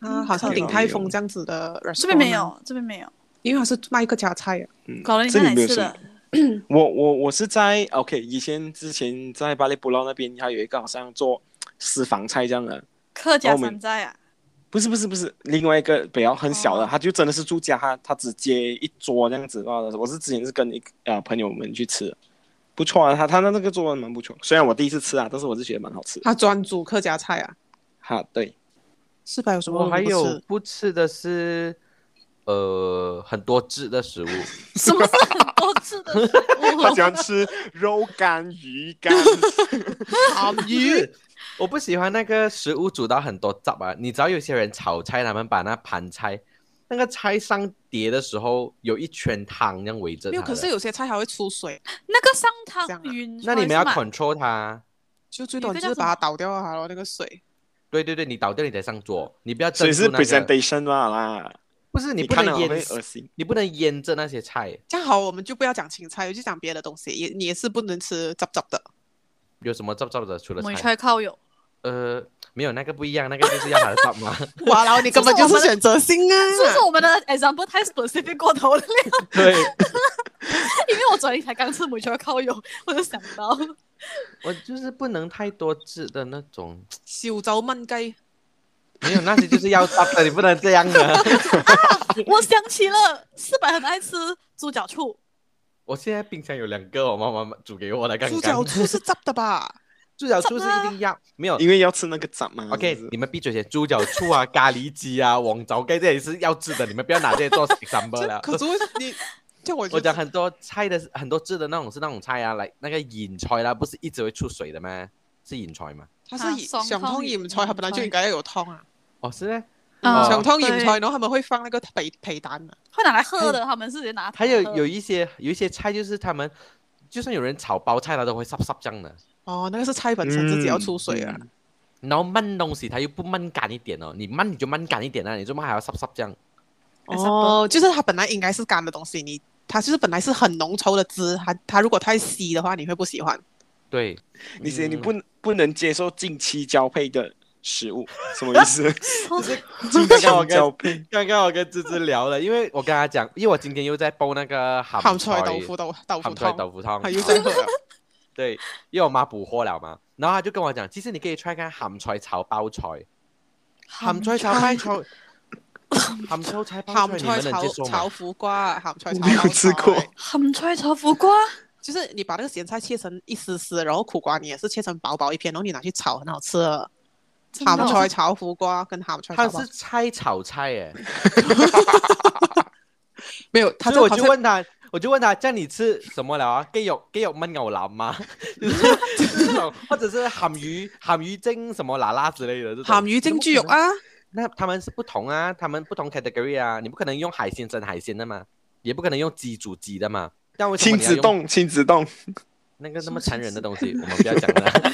Speaker 2: 硬
Speaker 3: 啊，好像
Speaker 5: 可
Speaker 3: 鼎
Speaker 5: 楼
Speaker 3: 泰
Speaker 5: 有
Speaker 3: 丰这样子的，啊
Speaker 2: 这边没，有，这边没有。
Speaker 3: 因为它是卖客家菜啊。
Speaker 5: 嗯
Speaker 2: 搞了你
Speaker 5: 这
Speaker 2: 在
Speaker 5: 里
Speaker 2: 哪里
Speaker 5: 没有
Speaker 2: 吃
Speaker 5: 什
Speaker 2: 的
Speaker 5: 么？我我我是在 OK，以前之前在巴厘布劳那边，它有一个好像做私房菜这样的，
Speaker 2: 客家
Speaker 5: 澳门
Speaker 2: 山寨啊，
Speaker 5: 不是不是不是，另外一个比较很小的，
Speaker 2: 哦
Speaker 5: 他就真的是住家，他他只接一桌这样子罢了。我是之前是跟一个呃朋友们去吃的，不错啊，他他那那个做的蛮不错，虽然我第一次吃啊，但是我是觉得蛮好吃。
Speaker 3: 它专煮客家菜啊，
Speaker 5: 哈，对，
Speaker 3: 四百有什么
Speaker 1: 我
Speaker 3: 都不
Speaker 1: 还
Speaker 3: 吃？
Speaker 1: 有不吃的是，呃，很多汁的 食物。
Speaker 2: 什么是很多吃的食
Speaker 5: 他喜
Speaker 2: 物？
Speaker 5: 欢吃肉干、鱼干，
Speaker 2: 啊
Speaker 3: 好
Speaker 1: 鱼，我不喜欢那个食物煮到很多汁啊。你知道有些人炒菜，他们把那盘菜，那个菜上碟的时候，有一圈汤这样围着它
Speaker 3: 没有，
Speaker 1: 的。
Speaker 3: 可是有些菜还会出水，
Speaker 2: 那个上
Speaker 3: 这
Speaker 2: 汤
Speaker 3: 样啊
Speaker 2: 晕
Speaker 1: 那你们要
Speaker 2: 出来是吗
Speaker 1: control 它。
Speaker 3: 就最
Speaker 2: 有一
Speaker 3: 多
Speaker 2: 个
Speaker 3: 就
Speaker 2: 叫
Speaker 3: 是
Speaker 2: 什么
Speaker 3: 把它倒掉啊，然后那个水。
Speaker 1: 对对对，你倒掉你才上桌，你不要
Speaker 5: 所
Speaker 1: 蒸
Speaker 5: 以
Speaker 1: 出
Speaker 5: 是
Speaker 1: 那个。
Speaker 5: presentation 啦啦，
Speaker 1: 不是你不
Speaker 5: 看了
Speaker 1: 能
Speaker 5: 我
Speaker 1: 腌
Speaker 5: 会，恶心。
Speaker 1: 你不能腌着那些菜。
Speaker 3: 这样好，我们就不要讲青菜，就讲别的东西，也你也是不能吃杂杂的。
Speaker 1: 有什么照照的除了
Speaker 2: 梅
Speaker 1: 菜？
Speaker 2: 菜靠友，
Speaker 1: 呃，没有那个不一样，那个就是要它的 照嘛。
Speaker 3: 哇，然后你根本就是选择性 啊！
Speaker 2: 是不是我们的 example 太 specific 过头了？
Speaker 5: 对，
Speaker 2: 因为我昨天才刚吃梅菜靠友，我就想到
Speaker 1: 我就是不能太多汁的那种，
Speaker 3: 小走焖鸡，
Speaker 1: 没有那些就是要 照的，你不能这样的。
Speaker 2: 我想起了四百很爱吃猪脚醋，
Speaker 1: 我现在冰箱有两个，我妈妈煮给我的。刚刚
Speaker 3: 猪脚醋是杂的 吧？
Speaker 1: 猪脚醋是一定要没有。
Speaker 5: 因为要吃那个杂嘛。是
Speaker 1: OK，
Speaker 5: 不是
Speaker 1: 你们闭嘴先。猪脚醋啊，咖喱鸡啊，王爪盖这也是要吃的，你们不要拿这些做 example
Speaker 3: 这
Speaker 1: 了。
Speaker 3: 可是为你叫我
Speaker 1: 我
Speaker 3: 就
Speaker 1: 讲很多菜的是很多汁的那种是那种菜啊，来那个隐菜啊啦，不是一直会出水的吗？是隐菜吗？
Speaker 3: 它
Speaker 2: 啊
Speaker 3: 是以
Speaker 2: 爽
Speaker 3: 想
Speaker 2: 湯
Speaker 3: 通
Speaker 2: 鹽
Speaker 3: 鹽菜，它本來就應該要有湯啊。
Speaker 1: 哦，是呢。
Speaker 2: 啊
Speaker 1: 哦
Speaker 3: 想通
Speaker 2: 對
Speaker 3: 鹽菜，然後他們會放那個皮皮蛋啊。
Speaker 2: 会拿来喝的，他们是直接拿来喝。
Speaker 1: 还有 有一些有一些菜就是他们，就算有人炒包菜，他都会沙沙这样的。
Speaker 3: 哦，那個是菜本身自己要出水
Speaker 5: 嗯
Speaker 3: 啊。
Speaker 1: 然后焖东西，它又不焖干一点哦，你焖你就焖干一点啊，你做乜还要沙沙这样？
Speaker 2: 嗯
Speaker 3: 哦，就是它本來應該是乾的東西，你它就是本來是很濃稠的汁，它它如果太稀的話，你會不喜歡。
Speaker 1: 对，
Speaker 5: 你先，你
Speaker 1: 嗯
Speaker 5: 不能不能接受近期交配的食物，什么意思？
Speaker 2: 哦
Speaker 5: 金
Speaker 1: 刚刚我跟
Speaker 5: 钱交配。
Speaker 1: 刚刚我跟芝芝聊了，因为我跟她讲，因为我今天又在煲那个咸
Speaker 3: 咸菜豆腐豆豆腐
Speaker 1: 咸菜
Speaker 3: 汤，
Speaker 1: 豆腐汤，
Speaker 3: 他又在喝了，
Speaker 1: 对，因为我妈补货了嘛，然后她就跟我讲，其实你可以 try 看咸菜炒包菜，咸菜炒包菜，咸菜炒包
Speaker 3: 咸
Speaker 1: 菜，你们
Speaker 3: 菜
Speaker 1: 能
Speaker 3: 炒
Speaker 1: 接受
Speaker 3: 炒
Speaker 1: 吗？
Speaker 3: 苦瓜，咸菜
Speaker 5: 我
Speaker 3: 炒
Speaker 5: 没有
Speaker 3: 包
Speaker 5: 吃
Speaker 3: 菜
Speaker 5: 过
Speaker 2: 咸菜炒苦瓜，
Speaker 3: 就是你把那个咸菜切成一丝丝，然后苦瓜你也是切成薄薄一片，然后你拿去炒，很好吃的。
Speaker 2: 真
Speaker 3: 咸
Speaker 2: 的哦
Speaker 3: 菜炒苦瓜跟咸菜
Speaker 1: 她
Speaker 3: 炒包
Speaker 1: 是菜炒菜耶，
Speaker 3: 没有，他
Speaker 1: 所
Speaker 3: 这
Speaker 1: 以我
Speaker 3: 个
Speaker 1: 就
Speaker 3: concept
Speaker 1: 问她，我就问她，这样你吃什么了啊？鸡肉鸡肉焖牛腩吗？ 就是这 种，或者是咸鱼咸鱼蒸什么啦啦之类的这种。
Speaker 3: 咸鱼蒸猪肉啊，
Speaker 1: 那他们是不同啊，他们不同 category 啊，你不可能用海鲜蒸海鲜的嘛，也不可能用鸡煮鸡的嘛。但为什么
Speaker 5: 亲
Speaker 1: 你要
Speaker 5: 子
Speaker 1: 用
Speaker 5: 冻，亲子冻，
Speaker 1: 那个那么残忍的东西，我们不要讲了。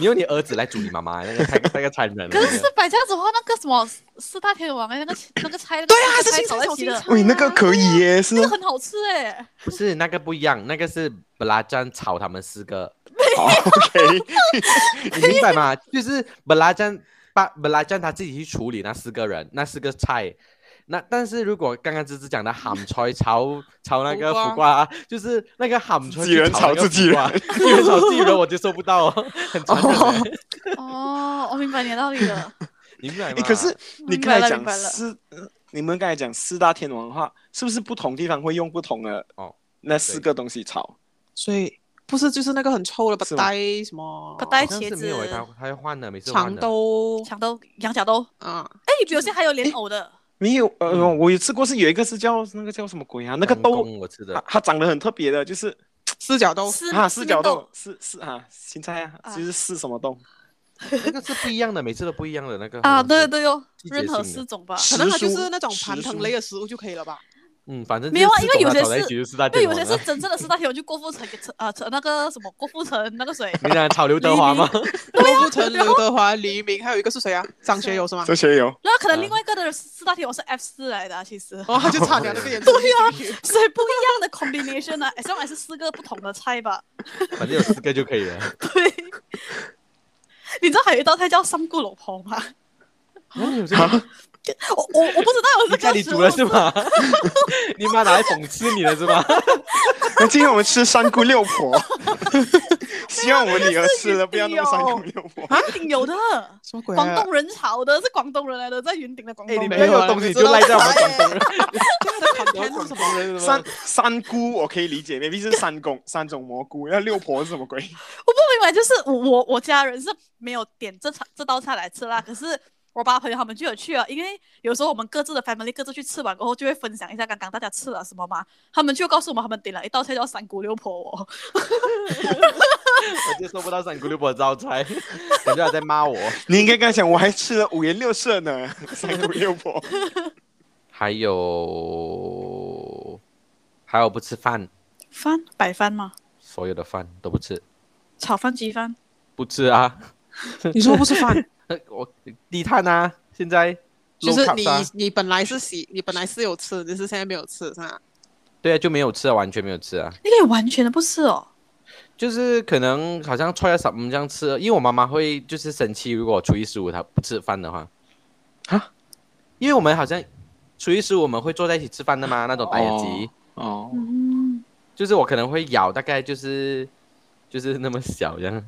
Speaker 1: 你用你儿子来煮你妈妈，那个太那个残忍了。
Speaker 2: 可是
Speaker 1: 那个
Speaker 2: 是摆这样子的话，那个什么四大天王哎，那个那个菜，对
Speaker 3: 啊还是青
Speaker 2: 炒在
Speaker 3: 菜
Speaker 2: 一
Speaker 3: 炒
Speaker 2: 起
Speaker 3: 青
Speaker 2: 的
Speaker 3: 菜，
Speaker 5: 喂，那个可以耶，是
Speaker 2: 那个很好吃哎。
Speaker 1: 不是那个不一样，那个是布拉酱炒他们四 个，
Speaker 5: 好哦 OK，
Speaker 1: 你明白吗？就是布拉酱把布拉酱他自己去处理那四个人那四个菜。那但是如果刚刚芝芝讲的喊菜炒 炒那个
Speaker 3: 苦
Speaker 1: 苦瓜，就是那个喊菜
Speaker 5: 自己人炒自己人，
Speaker 1: 自己人炒自己人，我接受不到 哦，很残忍欸。
Speaker 2: 哦，我明白你的道理了。
Speaker 1: 你明白
Speaker 5: 诶
Speaker 1: 吗？
Speaker 5: 可是你
Speaker 2: 明白
Speaker 5: 刚才
Speaker 2: 了，
Speaker 5: 讲
Speaker 2: 明白了。
Speaker 5: 四，呃你们刚才讲四大天王的话，是不是不同地方会用不同的
Speaker 1: 哦？
Speaker 5: 那四个东西炒，
Speaker 3: 所以不是就是那个很臭的不
Speaker 5: 是吗
Speaker 3: 带什么
Speaker 2: 不带
Speaker 1: 好像
Speaker 2: 茄
Speaker 1: 是没有欸他
Speaker 2: 子、
Speaker 1: 他会换的，每次换
Speaker 3: 长
Speaker 1: 的。
Speaker 3: 豆
Speaker 2: 长豆、羊角哦豆，
Speaker 3: 啊，
Speaker 2: 哎，有些还有莲藕的。
Speaker 5: 没有，呃，
Speaker 1: 嗯
Speaker 5: 我有吃过，是有一个是叫那个叫什么鬼啊？那个
Speaker 1: 公
Speaker 5: 豆，
Speaker 1: 公我吃
Speaker 5: 它
Speaker 1: 的，
Speaker 5: 它长得很特别的，就是
Speaker 3: 四角豆
Speaker 2: 丝
Speaker 5: 啊，
Speaker 2: 丝
Speaker 5: 四
Speaker 2: 面
Speaker 5: 角
Speaker 2: 豆
Speaker 5: 豆，，是是啊，芹菜啊，
Speaker 2: 啊
Speaker 5: 就是是什么豆？
Speaker 1: 那个是不一样的，每次都不一样的那个
Speaker 2: 啊，
Speaker 1: 好像
Speaker 2: 对
Speaker 1: 是，
Speaker 2: 对哟
Speaker 1: 嗯季，节
Speaker 2: 任何
Speaker 1: 性
Speaker 2: 四种吧。
Speaker 3: 可能它
Speaker 5: 时
Speaker 3: 就
Speaker 5: 蔬
Speaker 3: 是那种盘
Speaker 5: 时
Speaker 3: 藤
Speaker 5: 蔬
Speaker 3: 类的食物就可以了吧？
Speaker 1: 嗯，反正
Speaker 2: 没有啊
Speaker 1: 就是
Speaker 2: 因为有
Speaker 1: 四种炒
Speaker 2: 些
Speaker 1: 在一
Speaker 2: 是
Speaker 1: 起就是大
Speaker 2: 对，
Speaker 1: 天
Speaker 2: 有
Speaker 1: 王
Speaker 2: 些
Speaker 1: 了
Speaker 2: 是真正的四大天王，就郭富城给陈 啊陈那个什么郭富城那个谁，
Speaker 1: 你想炒刘德华吗？
Speaker 3: 郭富城、刘德华、黎明，还有一个是谁啊？张学友是吗？
Speaker 5: 这些有，
Speaker 2: 然后可能
Speaker 1: 啊
Speaker 2: 另外一个的四大天王是 F 四来的啊，其实， 啊
Speaker 3: 哦，他就差点那个颜色。对 呀，
Speaker 2: 所以不一样的 combination 啊呢，S M 还是四个不同的菜吧？
Speaker 1: 反正有四个就可以了。
Speaker 2: 对。你知道还有一道菜叫三姑老婆吗？
Speaker 1: 哪里有这
Speaker 5: 啊
Speaker 1: 个？
Speaker 2: 我我我不知道，我
Speaker 1: 你
Speaker 2: 是
Speaker 1: 家里煮了是
Speaker 2: 吗？
Speaker 1: 吗？ 你妈拿来讽刺你了是吗？
Speaker 5: 那今天我们吃三姑六婆，希望我们女儿吃了不要那么三姑六婆。
Speaker 2: 云顶有的，
Speaker 3: 什么鬼啊？
Speaker 2: 广东人炒的，是广东人来的，在云顶的广
Speaker 1: 哎，
Speaker 2: 东
Speaker 1: 你
Speaker 2: 人。
Speaker 1: 不
Speaker 3: 没
Speaker 1: 要
Speaker 3: 有啊
Speaker 1: 有东西
Speaker 3: 你
Speaker 1: 就赖在我们广东
Speaker 3: 们
Speaker 1: 人。
Speaker 3: 这样的 content 是什么？
Speaker 1: 人
Speaker 5: 三三姑我可以理解，maybe 是三 公三种蘑菇，那六婆是什么鬼？
Speaker 2: 我不明白，就是我我家人是没有点这餐这道菜来吃啦，可是我爸朋友他们就有去啊，因为有时候我们各自的 family 各自去吃完过后，就会分享一下刚刚大家吃了什么嘛。他们就告诉我们，他们点了一道菜叫三姑六婆哦，
Speaker 1: 我接收不到三姑六婆招 差，感觉他在骂我。
Speaker 5: 你应该跟他讲，我还吃了五颜六色 呢，三姑六婆。
Speaker 1: 还有，还有不吃饭，
Speaker 2: 饭白饭嘛，
Speaker 1: 所有的饭都不吃，
Speaker 2: 炒饭、鸡饭，
Speaker 1: 不吃啊。
Speaker 3: 你说不是饭，
Speaker 1: 呃我低碳啊，现在
Speaker 3: 就是
Speaker 1: low
Speaker 3: 你
Speaker 1: carb 啊
Speaker 3: 你本来是喜，你本来是有吃，只是现在没有吃，是 吧？
Speaker 1: 对啊，就没有吃啊，完全没有吃啊，
Speaker 2: 你可以完全的不吃哦。
Speaker 1: 就是可能好像揣了什么这样吃，因为我妈妈会就是生气，如果我初一十五她不吃饭的话，
Speaker 5: 啊，
Speaker 1: 因为我们好像初一十五我们会坐在一起吃饭的嘛，那种打野鸡，
Speaker 5: 哦，
Speaker 2: 嗯，
Speaker 1: 就是我可能会咬大概就是就是那么小这 样，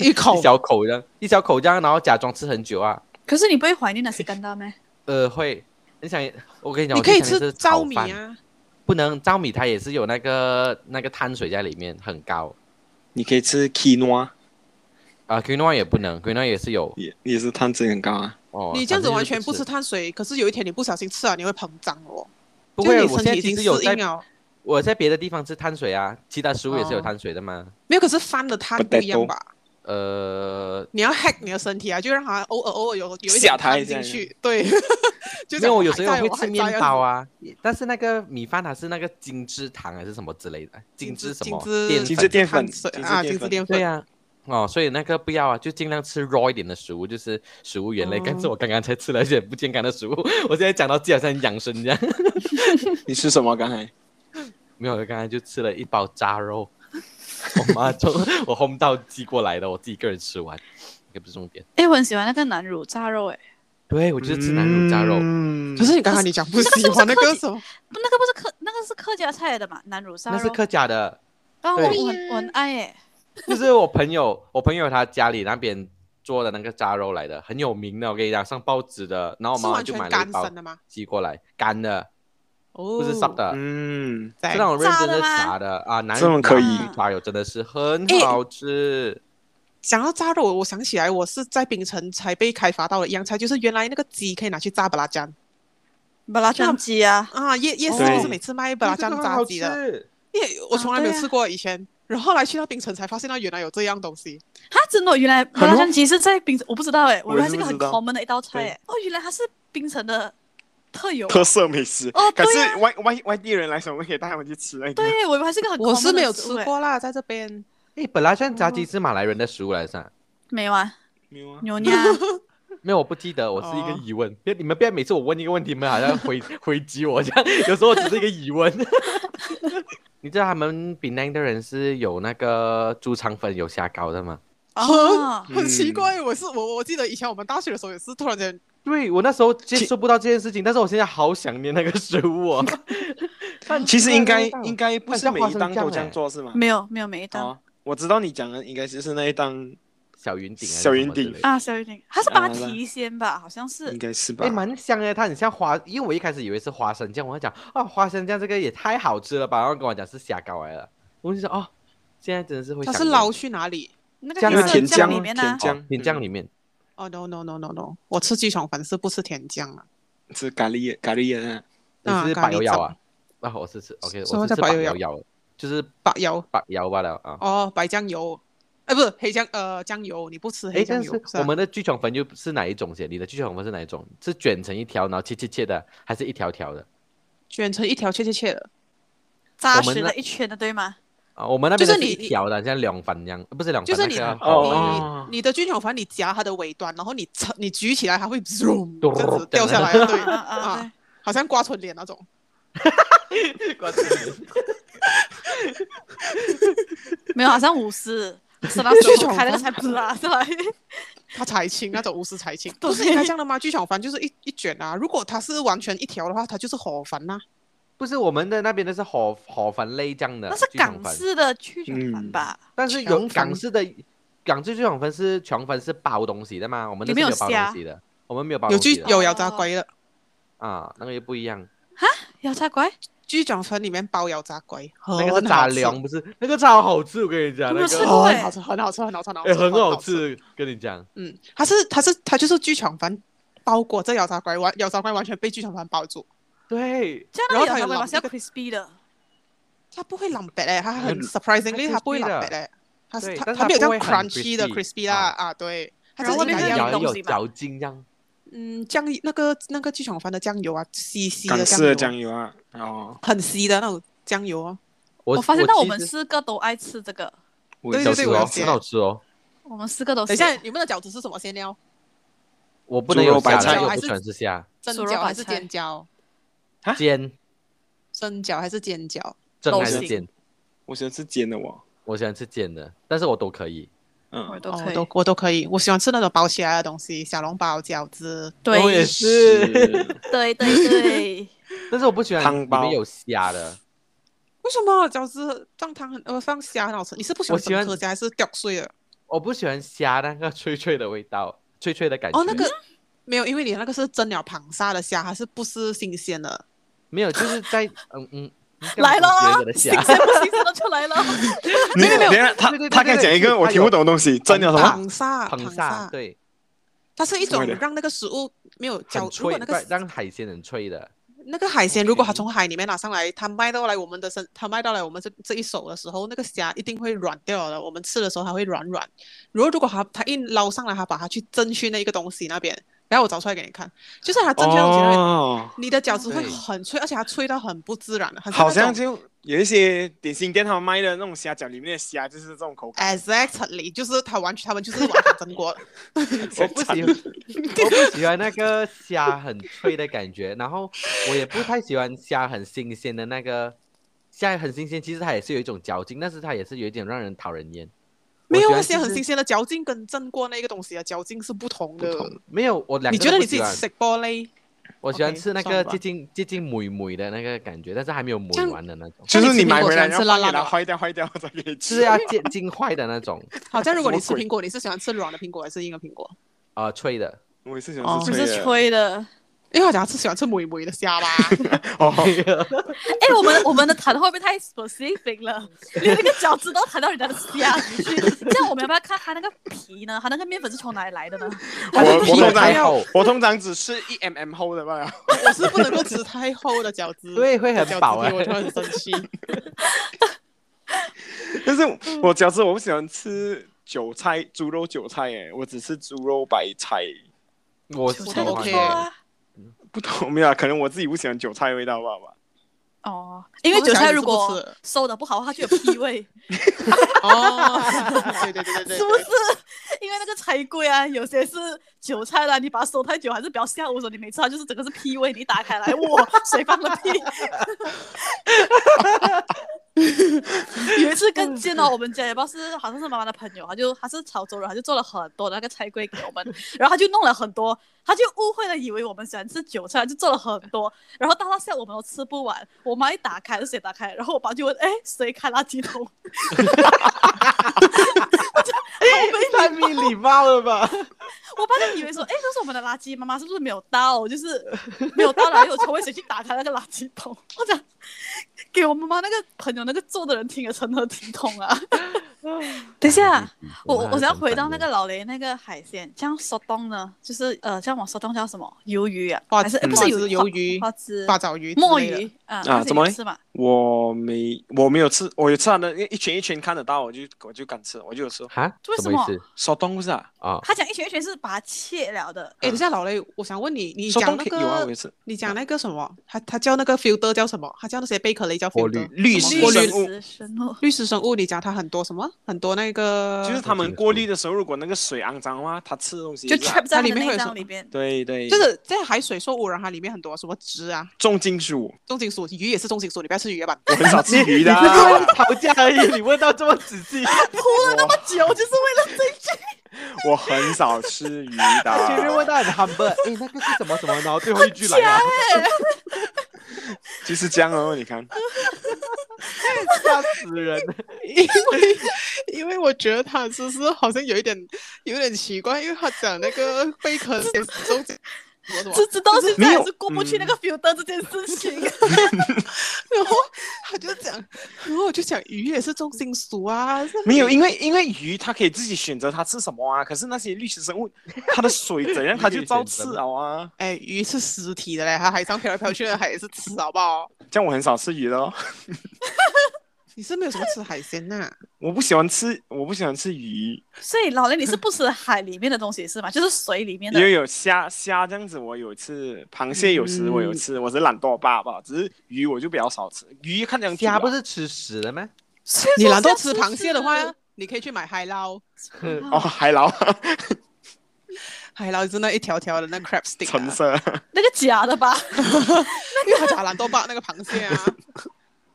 Speaker 3: 一口
Speaker 1: 一小口这样，一小口这样，然后假装吃很久啊，
Speaker 2: 可是你不会怀念那些干大咩？
Speaker 1: 呃，会，你想，我跟你讲，
Speaker 3: 你
Speaker 1: 我就
Speaker 3: 可以
Speaker 1: 想念
Speaker 3: 吃
Speaker 1: 是炒
Speaker 3: 糙米
Speaker 1: 饭，
Speaker 3: 啊，
Speaker 1: 不能糙米它也是有那个那个碳水在里面，很高。
Speaker 5: 你可以吃 quinoa，
Speaker 1: 啊 q u i n o a 也不能 q u i n o a 也是有
Speaker 5: 也也是碳水很高啊。
Speaker 1: 哦。
Speaker 3: 你这样子完全
Speaker 1: 不
Speaker 3: 不吃，碳水，可是有一天你不小心吃了，你会膨胀哦。
Speaker 1: 不
Speaker 3: 就
Speaker 1: 会
Speaker 3: 是
Speaker 1: 啊。
Speaker 3: 你
Speaker 1: 我
Speaker 3: 身
Speaker 1: 现在
Speaker 3: 体已
Speaker 1: 其
Speaker 3: 经
Speaker 1: 实
Speaker 3: 适
Speaker 1: 有
Speaker 3: 应
Speaker 1: 在
Speaker 3: 了。
Speaker 1: 我在别的地方吃碳水啊，其他食物也是有
Speaker 3: 哦
Speaker 1: 碳水的嘛。
Speaker 3: 没有，可是饭的碳不一样吧？
Speaker 1: 呃，
Speaker 3: 你要 hack 你的身体啊，就让它偶尔偶尔有有一
Speaker 5: 下
Speaker 3: 点
Speaker 5: 台
Speaker 3: 碳
Speaker 5: 一下
Speaker 3: 进去。对，就
Speaker 1: 呃因
Speaker 3: 这
Speaker 1: 为
Speaker 3: 样
Speaker 1: 我有时候
Speaker 3: 还在
Speaker 1: 会
Speaker 3: 我
Speaker 1: 吃
Speaker 3: 还在
Speaker 1: 面包啊，但是那个米饭它是那个精制糖还是什么之类的，精
Speaker 3: 精
Speaker 1: 制
Speaker 3: 致
Speaker 1: 什么
Speaker 3: 精
Speaker 1: 淀粉
Speaker 3: 致
Speaker 5: 精致淀粉
Speaker 3: 碳水，
Speaker 5: 精
Speaker 3: 啊，
Speaker 5: 致
Speaker 3: 精致
Speaker 5: 淀
Speaker 3: 淀粉
Speaker 5: 粉。
Speaker 1: 对。呀。哦，所以那个不要啊，就尽量吃 raw 一点的食物，就是食物原类。
Speaker 3: 哦
Speaker 1: 但是我刚刚才吃了一些不健康的食物，我现在讲到自己好像养生一样。
Speaker 5: 你吃什么？刚才
Speaker 1: 没有，我刚才就吃了一 包炸肉，我妈从我烘到寄过来的，我自己一个人吃完。也不是重点。
Speaker 2: 哎，我很喜欢那个南乳炸肉，哎，
Speaker 1: 对，我就是吃南乳炸肉，
Speaker 5: 嗯
Speaker 3: 可是你刚刚你讲不喜欢那个 什么，
Speaker 2: 不，那个不是客，那个是客家菜的嘛，南乳炸
Speaker 1: 那
Speaker 2: 肉。
Speaker 1: 是客家的。
Speaker 2: 啊，我
Speaker 1: 对
Speaker 2: 我很我很爱哎，
Speaker 1: 就是我朋友，我朋友他家里那边做的那个炸肉来的，很有名的。我跟你讲，上报纸的。然后我
Speaker 3: 是
Speaker 1: 妈妈
Speaker 3: 完
Speaker 1: 就
Speaker 3: 全
Speaker 1: 买了一
Speaker 3: 干
Speaker 1: 包
Speaker 3: 身的吗？
Speaker 1: 寄过来，干的，
Speaker 3: 哦，
Speaker 1: 不是 sub 的，
Speaker 5: 嗯，
Speaker 3: 在
Speaker 1: 是那种认真的
Speaker 2: 炸的吗
Speaker 1: 炸的啊。南
Speaker 5: 这种可以
Speaker 1: 南乳炸肉真的是很
Speaker 3: 哎
Speaker 1: 好吃。
Speaker 3: 讲到炸肉，我想起来，我是在槟城才被开发到的一样菜，就是原来那个鸡可以拿去炸布拉酱
Speaker 2: 巴拉
Speaker 3: 川
Speaker 2: 鸡啊，
Speaker 3: 啊，夜夜市
Speaker 5: 对
Speaker 3: 不是每次卖布拉酱炸鸡的，
Speaker 1: 的。
Speaker 3: 因为我从来没
Speaker 2: 啊
Speaker 3: 有
Speaker 2: 对啊
Speaker 3: 吃过以前，然后后来去到槟城才发现到原来有这样东西，
Speaker 2: 它真的原来巴拉川鸡是在冰城，我不知道哎，我以
Speaker 5: 我
Speaker 2: 为
Speaker 5: 也
Speaker 2: 它
Speaker 5: 是
Speaker 2: 是一个
Speaker 5: 不
Speaker 2: 很
Speaker 5: 知道
Speaker 2: common 的一道菜哎，哦，原来它是冰城的特有啊，
Speaker 5: 特色美食。
Speaker 2: 哦
Speaker 5: 可
Speaker 2: 对啊
Speaker 5: 是外外外地人来说，我们可以带他们去吃那个。
Speaker 2: 对，我以啊为它是一个很 common
Speaker 3: 我是没有
Speaker 2: 的食
Speaker 3: 吃
Speaker 2: 物哎，
Speaker 3: 过啦，在这边
Speaker 1: 哎，本来像炸
Speaker 3: 哦
Speaker 1: 鸡是马来人的食物来上，
Speaker 2: 没有啊，
Speaker 5: 没有啊
Speaker 2: 牛酿
Speaker 1: 没有我不记得，我是一个
Speaker 3: 哦
Speaker 1: 疑问。别、你们不要每次我问一个问题，你们好像回 回击我这样，有时候我只是一个疑 问。你知道他们槟榔的人是有那个猪肠粉有虾膏的吗？
Speaker 2: 哦，
Speaker 5: 嗯
Speaker 3: 很奇怪，我是我我记得以前我们大学的时候也是突然间，
Speaker 1: 对我那时候接受不到这件事情，但是我现在好想念那个食物 啊、饭
Speaker 5: 其实应该
Speaker 1: 那个味道
Speaker 5: 应该不是每一档都这样做是吗？
Speaker 2: 没有没有每一道
Speaker 5: 哦，我知道你讲的应该就是那一档，
Speaker 1: 小云顶啊，
Speaker 5: 小云顶
Speaker 2: 啊，小雨婷，它是把它
Speaker 5: 啊那
Speaker 2: 提鲜吧，好像是
Speaker 5: 应，该是吧
Speaker 1: 哎、诶？蛮香的，它很像花，因为我一开始以为是花生酱，我在讲啊，花生酱这个也太好吃了吧，然后跟我讲是虾膏来了，我就说哦，现在真的是会
Speaker 3: 它
Speaker 1: 想
Speaker 3: 是
Speaker 1: 念
Speaker 3: 捞去哪里？
Speaker 2: 那个
Speaker 1: 酱
Speaker 2: 黑
Speaker 1: 啊
Speaker 2: 色
Speaker 1: 甜
Speaker 2: 酱
Speaker 1: 酱
Speaker 2: 里
Speaker 1: 啊
Speaker 2: 面
Speaker 5: 甜
Speaker 2: 呢，
Speaker 5: 酱
Speaker 1: 哦甜酱里面，
Speaker 3: 哦、no no no no no，我吃鸡肠粉是不吃甜酱啊，
Speaker 5: 吃咖喱咖喱的
Speaker 1: 你
Speaker 3: 啊
Speaker 1: 是
Speaker 3: 咖
Speaker 1: 百
Speaker 3: 喱
Speaker 1: 油药
Speaker 3: 酱
Speaker 1: 啊？啊，我是吃 OK，
Speaker 3: 什么
Speaker 1: 我是
Speaker 3: 叫
Speaker 1: 吃
Speaker 3: 百
Speaker 1: 百
Speaker 3: 油
Speaker 1: 油
Speaker 3: 药
Speaker 1: 药，就是
Speaker 3: 白油
Speaker 1: 百油罢了啊。
Speaker 3: 哦，白酱油，哎，不是黑酱，呃，酱油，你不吃
Speaker 1: 哎
Speaker 3: 黑，酱
Speaker 1: 但
Speaker 3: 油
Speaker 1: 是，
Speaker 3: 是吧啊
Speaker 1: 我们的聚肠粉又是哪一种先？你的聚肠粉是哪一种？是卷成一条，然后切切切的，还是一条条的？
Speaker 3: 卷成一条切切切的，
Speaker 2: 扎
Speaker 1: 我们
Speaker 2: 实
Speaker 1: 那
Speaker 2: 的一圈的，对吗？
Speaker 1: 啊，我们那边
Speaker 3: 就
Speaker 1: 的
Speaker 3: 是
Speaker 1: 是
Speaker 3: 你
Speaker 1: 一条的，像两番一样，呃不是两
Speaker 3: 就
Speaker 1: 番，
Speaker 3: 是
Speaker 1: 那
Speaker 3: 你
Speaker 1: 个
Speaker 5: 哦
Speaker 1: 哦
Speaker 5: 哦
Speaker 3: 你的菌种，反正你夹它的尾端，然后你扯你举起来，它会 zoom
Speaker 1: 咚
Speaker 3: 这样子掉下来，对
Speaker 2: 啊啊啊，对
Speaker 3: 啊，，好像刮春联那种。
Speaker 2: 没有，好像舞狮，是那
Speaker 3: 剧
Speaker 2: 时
Speaker 3: 场
Speaker 2: 候开那个
Speaker 3: 风
Speaker 2: 才不啦，是吧？
Speaker 3: 它才轻那种无私才轻，
Speaker 2: 对
Speaker 3: 不是应该这样的吗？剧场饭就是一一卷啊，如果它是完全一条的话，它就是啊河粉呐、
Speaker 1: 不是我们的那边的是河河粉类这样的，
Speaker 2: 那是
Speaker 1: 聚肠
Speaker 2: 港
Speaker 1: 粉，
Speaker 2: 式的去卷饭
Speaker 5: 嗯
Speaker 2: 吧？
Speaker 1: 但是有
Speaker 3: 肠粉
Speaker 1: 港式的港式聚肠粉是肠粉是包东西的嘛？我们
Speaker 2: 里
Speaker 1: 那
Speaker 2: 面
Speaker 1: 是
Speaker 2: 有
Speaker 1: 没有包
Speaker 2: 虾
Speaker 1: 东西的，我们没有包啊
Speaker 3: 有
Speaker 1: 东
Speaker 3: 剧
Speaker 1: 西的
Speaker 3: 有油炸龟的，
Speaker 1: 啊，那个又不一样。
Speaker 2: 油炸鬼，
Speaker 3: 剧场粉里面包油炸龟，
Speaker 2: 哦
Speaker 1: 那个
Speaker 3: 很
Speaker 1: 是
Speaker 3: 哦好
Speaker 1: 炸
Speaker 3: 吃
Speaker 1: 粮，不是那个超好吃，我跟你讲，
Speaker 2: 我没
Speaker 1: 那
Speaker 2: 有
Speaker 1: 个
Speaker 2: 吃过
Speaker 3: 很
Speaker 2: 哎
Speaker 3: 好吃，很好吃，很好吃，很好
Speaker 1: 哎、
Speaker 3: 吃，
Speaker 1: 很好
Speaker 3: 吃。
Speaker 1: 吃，跟你讲，
Speaker 3: 嗯，它是它是它就是剧场饭包裹这油炸龟，完油炸龟完全被剧场饭包住，
Speaker 1: 对，
Speaker 2: 这样那个
Speaker 3: 然后
Speaker 2: 油
Speaker 3: 它
Speaker 2: 炸
Speaker 3: 有
Speaker 2: 鬼嘛
Speaker 3: 淋
Speaker 2: 是要
Speaker 3: 一个
Speaker 2: crispy 的，
Speaker 3: 它不会冷白嘞，它很
Speaker 5: 嗯
Speaker 3: surprisingly
Speaker 1: 它
Speaker 3: 它不会
Speaker 1: crispy
Speaker 3: 冷
Speaker 1: 的
Speaker 3: 白嘞，它是
Speaker 1: 对
Speaker 3: 它
Speaker 1: 但是
Speaker 3: 它没有这
Speaker 1: 它
Speaker 3: 样
Speaker 1: 不会很
Speaker 3: crunchy 的
Speaker 1: crispy，
Speaker 3: crispy 啦
Speaker 1: 啊
Speaker 3: 啊，对，它
Speaker 2: 然
Speaker 3: 是
Speaker 2: 后外
Speaker 3: 应
Speaker 2: 面那
Speaker 3: 该
Speaker 2: 个
Speaker 3: 要
Speaker 1: 咬人
Speaker 3: 有
Speaker 2: 东
Speaker 1: 有
Speaker 2: 西嘛
Speaker 1: 嚼劲这样。
Speaker 3: 嗯酱那个那个剧场饭的酱油啊，稀稀
Speaker 5: 港
Speaker 3: 的
Speaker 5: 式的
Speaker 3: 酱
Speaker 5: 酱
Speaker 3: 油，
Speaker 5: 油啊，哦，
Speaker 3: 很稀的那种酱油哦。
Speaker 1: 我
Speaker 2: 我发现到我
Speaker 1: 其
Speaker 2: 们
Speaker 1: 实
Speaker 2: 四个都爱吃这个，
Speaker 5: 我
Speaker 3: 对
Speaker 5: 也
Speaker 1: 小
Speaker 3: 对对
Speaker 5: 是
Speaker 1: 吃
Speaker 3: 我
Speaker 1: 哦
Speaker 3: 有，写
Speaker 1: 很好吃哦。
Speaker 2: 我们四个都
Speaker 3: 等
Speaker 2: 是
Speaker 3: 一下，你们的饺子是什么馅料？
Speaker 1: 我不能有
Speaker 5: 猪肉
Speaker 1: 虾
Speaker 5: 白菜
Speaker 1: 的，我
Speaker 3: 还
Speaker 1: 不
Speaker 3: 是
Speaker 1: 喜欢吃虾，
Speaker 3: 蒸
Speaker 2: 猪肉
Speaker 3: 饺
Speaker 2: 白
Speaker 3: 还是
Speaker 2: 菜
Speaker 3: 煎饺？
Speaker 5: 啊
Speaker 1: 煎
Speaker 3: 蒸饺还是煎饺？
Speaker 1: 蒸
Speaker 2: 都
Speaker 1: 还是
Speaker 2: 行
Speaker 1: 煎，
Speaker 5: 我喜欢吃煎的我，
Speaker 1: 我喜欢吃煎的，但是我都可以。
Speaker 2: 我
Speaker 5: 嗯，
Speaker 2: 都
Speaker 3: 哦
Speaker 2: 可
Speaker 3: 我
Speaker 2: 以，
Speaker 3: 都我都可以，我喜欢吃那种包起来的东西，小笼包、饺子。
Speaker 2: 对
Speaker 1: 我也是，
Speaker 5: 是
Speaker 2: 对对对，
Speaker 1: 但是我不喜欢
Speaker 5: 汤
Speaker 1: 里
Speaker 5: 包
Speaker 1: 面有虾的，
Speaker 3: 为什么饺子放汤很呃放虾很好吃？你是不喜欢
Speaker 1: 我喜欢
Speaker 3: 整颗虾还是掉碎的？
Speaker 1: 我不喜欢虾那个 脆脆的味道，脆脆的感觉。
Speaker 3: 哦，那个没有，因为你那个是蒸了螃沙的虾，还是不是新鲜的？
Speaker 1: 没有，就是在嗯嗯，你干嘛
Speaker 2: 来了
Speaker 1: 总结我的，虾
Speaker 2: 啊 新 鲜。不新鲜都出来了，
Speaker 5: 你等一下
Speaker 1: 对对对
Speaker 5: 他他
Speaker 1: 对
Speaker 5: 刚
Speaker 1: 对
Speaker 5: 讲一
Speaker 1: 对
Speaker 5: 个我
Speaker 1: 它
Speaker 5: 听不
Speaker 1: 有
Speaker 5: 懂的东西，真的什么？
Speaker 3: 螃沙，
Speaker 1: 呃螃
Speaker 3: 沙，
Speaker 1: 对，
Speaker 3: 它是一
Speaker 5: 什么
Speaker 3: 种
Speaker 5: 来的
Speaker 3: 让那个食物没有
Speaker 1: 很
Speaker 3: 饺，如
Speaker 1: 脆
Speaker 3: 果那，
Speaker 1: 让
Speaker 3: 个
Speaker 1: 让海鲜很脆的。
Speaker 3: 那个海鲜，如果它从海里面拿上来，它卖到来我们的身，它卖到来我们这这一手的时候，那个虾一定会软掉的。我们吃的时候它会软软。然后如果它它一捞上来，它把它去蒸去那一个东西那边，然后我找出来给你看，就是它蒸去的东西那边，
Speaker 5: 哦，
Speaker 3: 你的饺子会
Speaker 1: 对
Speaker 3: 很脆，而且它脆到很不自然的，很
Speaker 5: 好
Speaker 3: 像
Speaker 5: 像
Speaker 3: 那种
Speaker 5: 就有一些点心店他们卖的那种虾饺，里面的虾就是这种口 感。
Speaker 3: exactly 就是它完全他们就是完全蒸 过的。
Speaker 1: 我不喜欢， 我不喜欢那个虾很脆的感觉，然后我也不太喜欢虾很新鲜的那个。虾很新鲜，其实它也是有一种嚼劲，但是它也是有一点让人讨人厌。
Speaker 3: 没有啊
Speaker 1: 我觉
Speaker 3: 那
Speaker 1: 得
Speaker 3: 些
Speaker 1: 就是
Speaker 3: 很新鲜的嚼劲跟蒸过那个东西啊，嚼劲是不同
Speaker 1: 不
Speaker 3: 的。
Speaker 1: 同，没有我两个
Speaker 3: 你
Speaker 1: 都
Speaker 3: 觉得
Speaker 1: 不
Speaker 3: 你自己
Speaker 1: 喜欢
Speaker 3: 吃食波嘞？
Speaker 1: 我喜欢
Speaker 3: OK，
Speaker 1: 吃那
Speaker 3: 算
Speaker 1: 个
Speaker 3: 吧
Speaker 1: 接近接近霉霉的那个感觉，但是还没有霉
Speaker 3: 这样
Speaker 1: 完的那种。
Speaker 5: 就是你买回来
Speaker 3: 那你吃苹果喜欢
Speaker 5: 然
Speaker 3: 吃
Speaker 5: 后
Speaker 3: 辣辣
Speaker 5: 放给
Speaker 3: 的啊
Speaker 5: 它
Speaker 3: 吗
Speaker 5: 坏掉坏掉再给你吃。
Speaker 1: 是要 接近坏的那种，
Speaker 3: 好像如果你吃
Speaker 5: 什么鬼
Speaker 3: 苹果，你是喜欢吃软的苹果还是硬的苹果？
Speaker 1: 啊，脆 的。
Speaker 5: 我也是喜欢
Speaker 3: 哦
Speaker 5: 吃
Speaker 2: 就
Speaker 5: 脆
Speaker 2: 是
Speaker 5: 的。
Speaker 2: 吹的。
Speaker 3: 因为我讲是喜欢吃霉霉的虾吧。
Speaker 5: 哦，
Speaker 2: 哎，我们我们的谈话会不会太 specific 了？ 连那个饺子都谈到人家的虾 皮去，这样我们要不要看它那个皮呢？它那个面粉是从哪里来的呢？
Speaker 5: 我我
Speaker 1: 皮
Speaker 3: 啊
Speaker 5: 通
Speaker 1: 太
Speaker 5: 常
Speaker 1: 厚，
Speaker 5: 我通常只吃一 mm 厚的吧。
Speaker 3: 我是不能够吃太厚的饺子，
Speaker 1: 对，会
Speaker 3: 饺子
Speaker 1: 很饱哎
Speaker 5: 啊
Speaker 3: 皮。我就很生 气。
Speaker 5: 但是我饺子我不喜欢吃韭菜，猪肉韭菜诶，我只吃猪肉白菜。
Speaker 1: 我是
Speaker 3: 我
Speaker 1: 喜
Speaker 2: 那
Speaker 3: 都
Speaker 2: 不
Speaker 1: 欢
Speaker 3: OK
Speaker 2: 错
Speaker 1: 的，
Speaker 2: 啊。
Speaker 5: 不懂没有啊？可能我自己不喜欢韭菜味道吧吧。
Speaker 2: 哦，因为
Speaker 3: 我
Speaker 2: 韭
Speaker 3: 小孩
Speaker 2: 菜
Speaker 3: 子
Speaker 2: 如
Speaker 3: 不
Speaker 2: 果
Speaker 3: 吃
Speaker 2: 收的不好，它就有屁味，
Speaker 3: 哦，对对对对对，
Speaker 2: 是 不是？因为那个柴龟啊，有些是韭菜啦，你把它收太久还是比较下午的时候，你没吃它就是整个是屁味，你一打开来，哇，谁放的屁？ 有一次
Speaker 3: 嗯
Speaker 2: 更贱哦，我们家也不知道是好像是妈妈的朋友，他就他是潮州人，他就做了很多的那个菜龟给我们，然后他就弄了很多，他就误会了，以为我们喜欢吃韭菜，就做了很多，然后到到下午我们都吃不完，我妈一打开是谁打开，然后我爸就问，哎，谁开垃圾桶？
Speaker 1: 太没礼貌了吧？
Speaker 2: 我爸就以为说，哎、这是我们的垃圾，妈妈是不是没有倒？就是没有倒，然后有从卫生去打开那个垃圾桶。我讲，给我妈妈那个朋友那个做的人听了成何体统啊！ 等一下，
Speaker 3: 啊
Speaker 2: 我我我想要回到那个老雷那个海鲜，像烧冻呢，就是呃，像我烧冻叫什么？鱿鱼啊，
Speaker 3: 花
Speaker 2: 还是、诶
Speaker 3: 嗯
Speaker 2: 不是鱿鱼？花
Speaker 3: 花枝鱿鱼
Speaker 2: 花枝、
Speaker 3: 八爪鱼之类的、
Speaker 2: 墨鱼啊？那些
Speaker 5: 怎么
Speaker 2: 也是嘛？
Speaker 5: 我没我没有吃，我有吃它的，因为一圈一圈看得到，我就我就敢吃，我就有吃。
Speaker 1: 哈？
Speaker 2: 为
Speaker 1: 什
Speaker 2: 什
Speaker 1: 么意
Speaker 2: 么
Speaker 1: 思
Speaker 5: 烧冻不是啊？
Speaker 1: 啊？
Speaker 2: 他讲一拳一拳是把它切了的，
Speaker 3: 哎，等一下老雷，我想问你，你
Speaker 5: 烧
Speaker 3: 讲
Speaker 5: 冻
Speaker 3: 那
Speaker 5: 可以有啊，我也
Speaker 3: 个，
Speaker 5: 吃。
Speaker 3: 你讲那个什么？他他叫那个 filter 叫什么？他叫那些贝壳类叫
Speaker 1: 过滤
Speaker 3: filter。
Speaker 5: 绿
Speaker 2: 什
Speaker 5: 食
Speaker 2: 么
Speaker 3: 过
Speaker 5: 生
Speaker 3: 滤
Speaker 5: 物
Speaker 2: 食生物。
Speaker 3: 律师生物，你讲它很多什么？很多那个，
Speaker 2: 呃
Speaker 5: 就是他们过滤的时候，如果那个水肮脏的话，它吃的东西
Speaker 2: 就是
Speaker 5: 啊
Speaker 2: trap 在
Speaker 3: 它里
Speaker 2: 它的
Speaker 3: 面会
Speaker 2: 内
Speaker 3: 有什
Speaker 2: 脏
Speaker 3: 么
Speaker 2: 里边，
Speaker 5: 对对，
Speaker 3: 就是在海水受污染，它里面很多什么酯啊、
Speaker 5: 重金属，
Speaker 3: 重金属，鱼也是重金属，你不要吃鱼啊吧。
Speaker 5: 我很少吃鱼 的啊。
Speaker 1: 你是为了吵架而已，你问到这么仔细，
Speaker 2: 酒就是为了这一句。
Speaker 5: 我很少吃鱼的
Speaker 1: 前面
Speaker 5: 啊。
Speaker 1: 问到很 humble，哎，那个是什么什么，然后最后一句来 了，
Speaker 5: 就是这样哦，你看，
Speaker 1: 吓死人！
Speaker 3: 因为 因为我觉得他只是好像有一点有点奇怪，因为他讲那个贝壳也是 重金属什么什
Speaker 2: 直
Speaker 3: 么，
Speaker 2: 直到现
Speaker 5: 没
Speaker 2: 在
Speaker 5: 有
Speaker 2: 还是过不去那个 filter 这件事情。
Speaker 3: 然
Speaker 2: 哦
Speaker 3: 后他就讲，然后我就讲鱼也是重金属啊，是
Speaker 5: 没有，因为因为鱼它可以自己选择它吃什么啊。可是那些绿食生物，它的水怎样，它就照吃了啊。
Speaker 3: 哎，鱼是实体的嘞，它海上飘来飘去的，它也是吃，好不好？
Speaker 5: 这样我很少吃鱼的哦，
Speaker 3: 你是没有什么吃海 鲜呐、
Speaker 5: 我不喜欢吃，我不喜欢吃鱼，
Speaker 2: 所以老雷你是不吃海里面的东西是吗？就是水里面的
Speaker 5: 因。为有虾虾这样子，我有吃，螃蟹有时我有吃，我是懒惰爸爸，只是鱼我就比较少吃。鱼看两
Speaker 1: 虾不是吃屎的吗？
Speaker 2: 所以
Speaker 3: 你
Speaker 2: 说
Speaker 3: 懒
Speaker 2: 像
Speaker 3: 惰吃
Speaker 2: 是
Speaker 3: 螃蟹的话
Speaker 2: 是，
Speaker 3: 你可以去买海捞，
Speaker 1: 嗯
Speaker 5: 哦，海 老
Speaker 3: 海捞是那一条条的那 crab stick，、
Speaker 5: 橙
Speaker 3: 啊、
Speaker 5: 色，
Speaker 2: 那个假的吧？
Speaker 3: 因为他讲懒惰把那个螃蟹啊。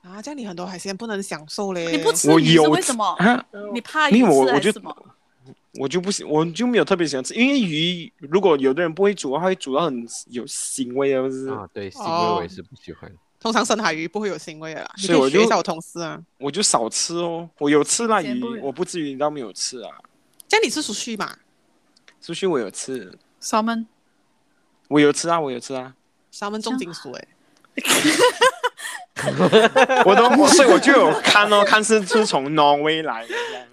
Speaker 3: 啊，这样你很多海鲜不能享受嘞！
Speaker 2: 你不吃
Speaker 5: 我
Speaker 2: 鱼是
Speaker 5: 有
Speaker 2: 为
Speaker 5: 吃
Speaker 2: 什么？
Speaker 5: 啊，
Speaker 2: 你怕
Speaker 5: 没
Speaker 2: 鱼
Speaker 5: 有我
Speaker 2: 刺
Speaker 5: 我
Speaker 2: 还
Speaker 5: 就是
Speaker 2: 什么？
Speaker 5: 我就不喜，我就没有特别喜欢吃，因为鱼如果有的人不会煮的话，会煮到很有腥味啊，不是？
Speaker 1: 啊，对，腥味
Speaker 3: 哦
Speaker 1: 我也是不喜欢。
Speaker 3: 通常深海鱼不会有腥味的啦，你
Speaker 5: 所以
Speaker 3: 可
Speaker 5: 我
Speaker 3: 以学
Speaker 5: 就
Speaker 3: 一下我同事啊。
Speaker 5: 我就少吃哦，我有吃啦
Speaker 2: 以前
Speaker 5: 鱼
Speaker 2: 不，会
Speaker 5: 我不至于到没有吃啊。
Speaker 3: 这样你吃熟去嘛？
Speaker 5: 出去我有吃，
Speaker 2: salmon
Speaker 5: 我有吃啊，我有吃啊，
Speaker 3: 沙门重金属哎、
Speaker 5: 我都我所以我就有 看哦，看是是从挪威来的这样。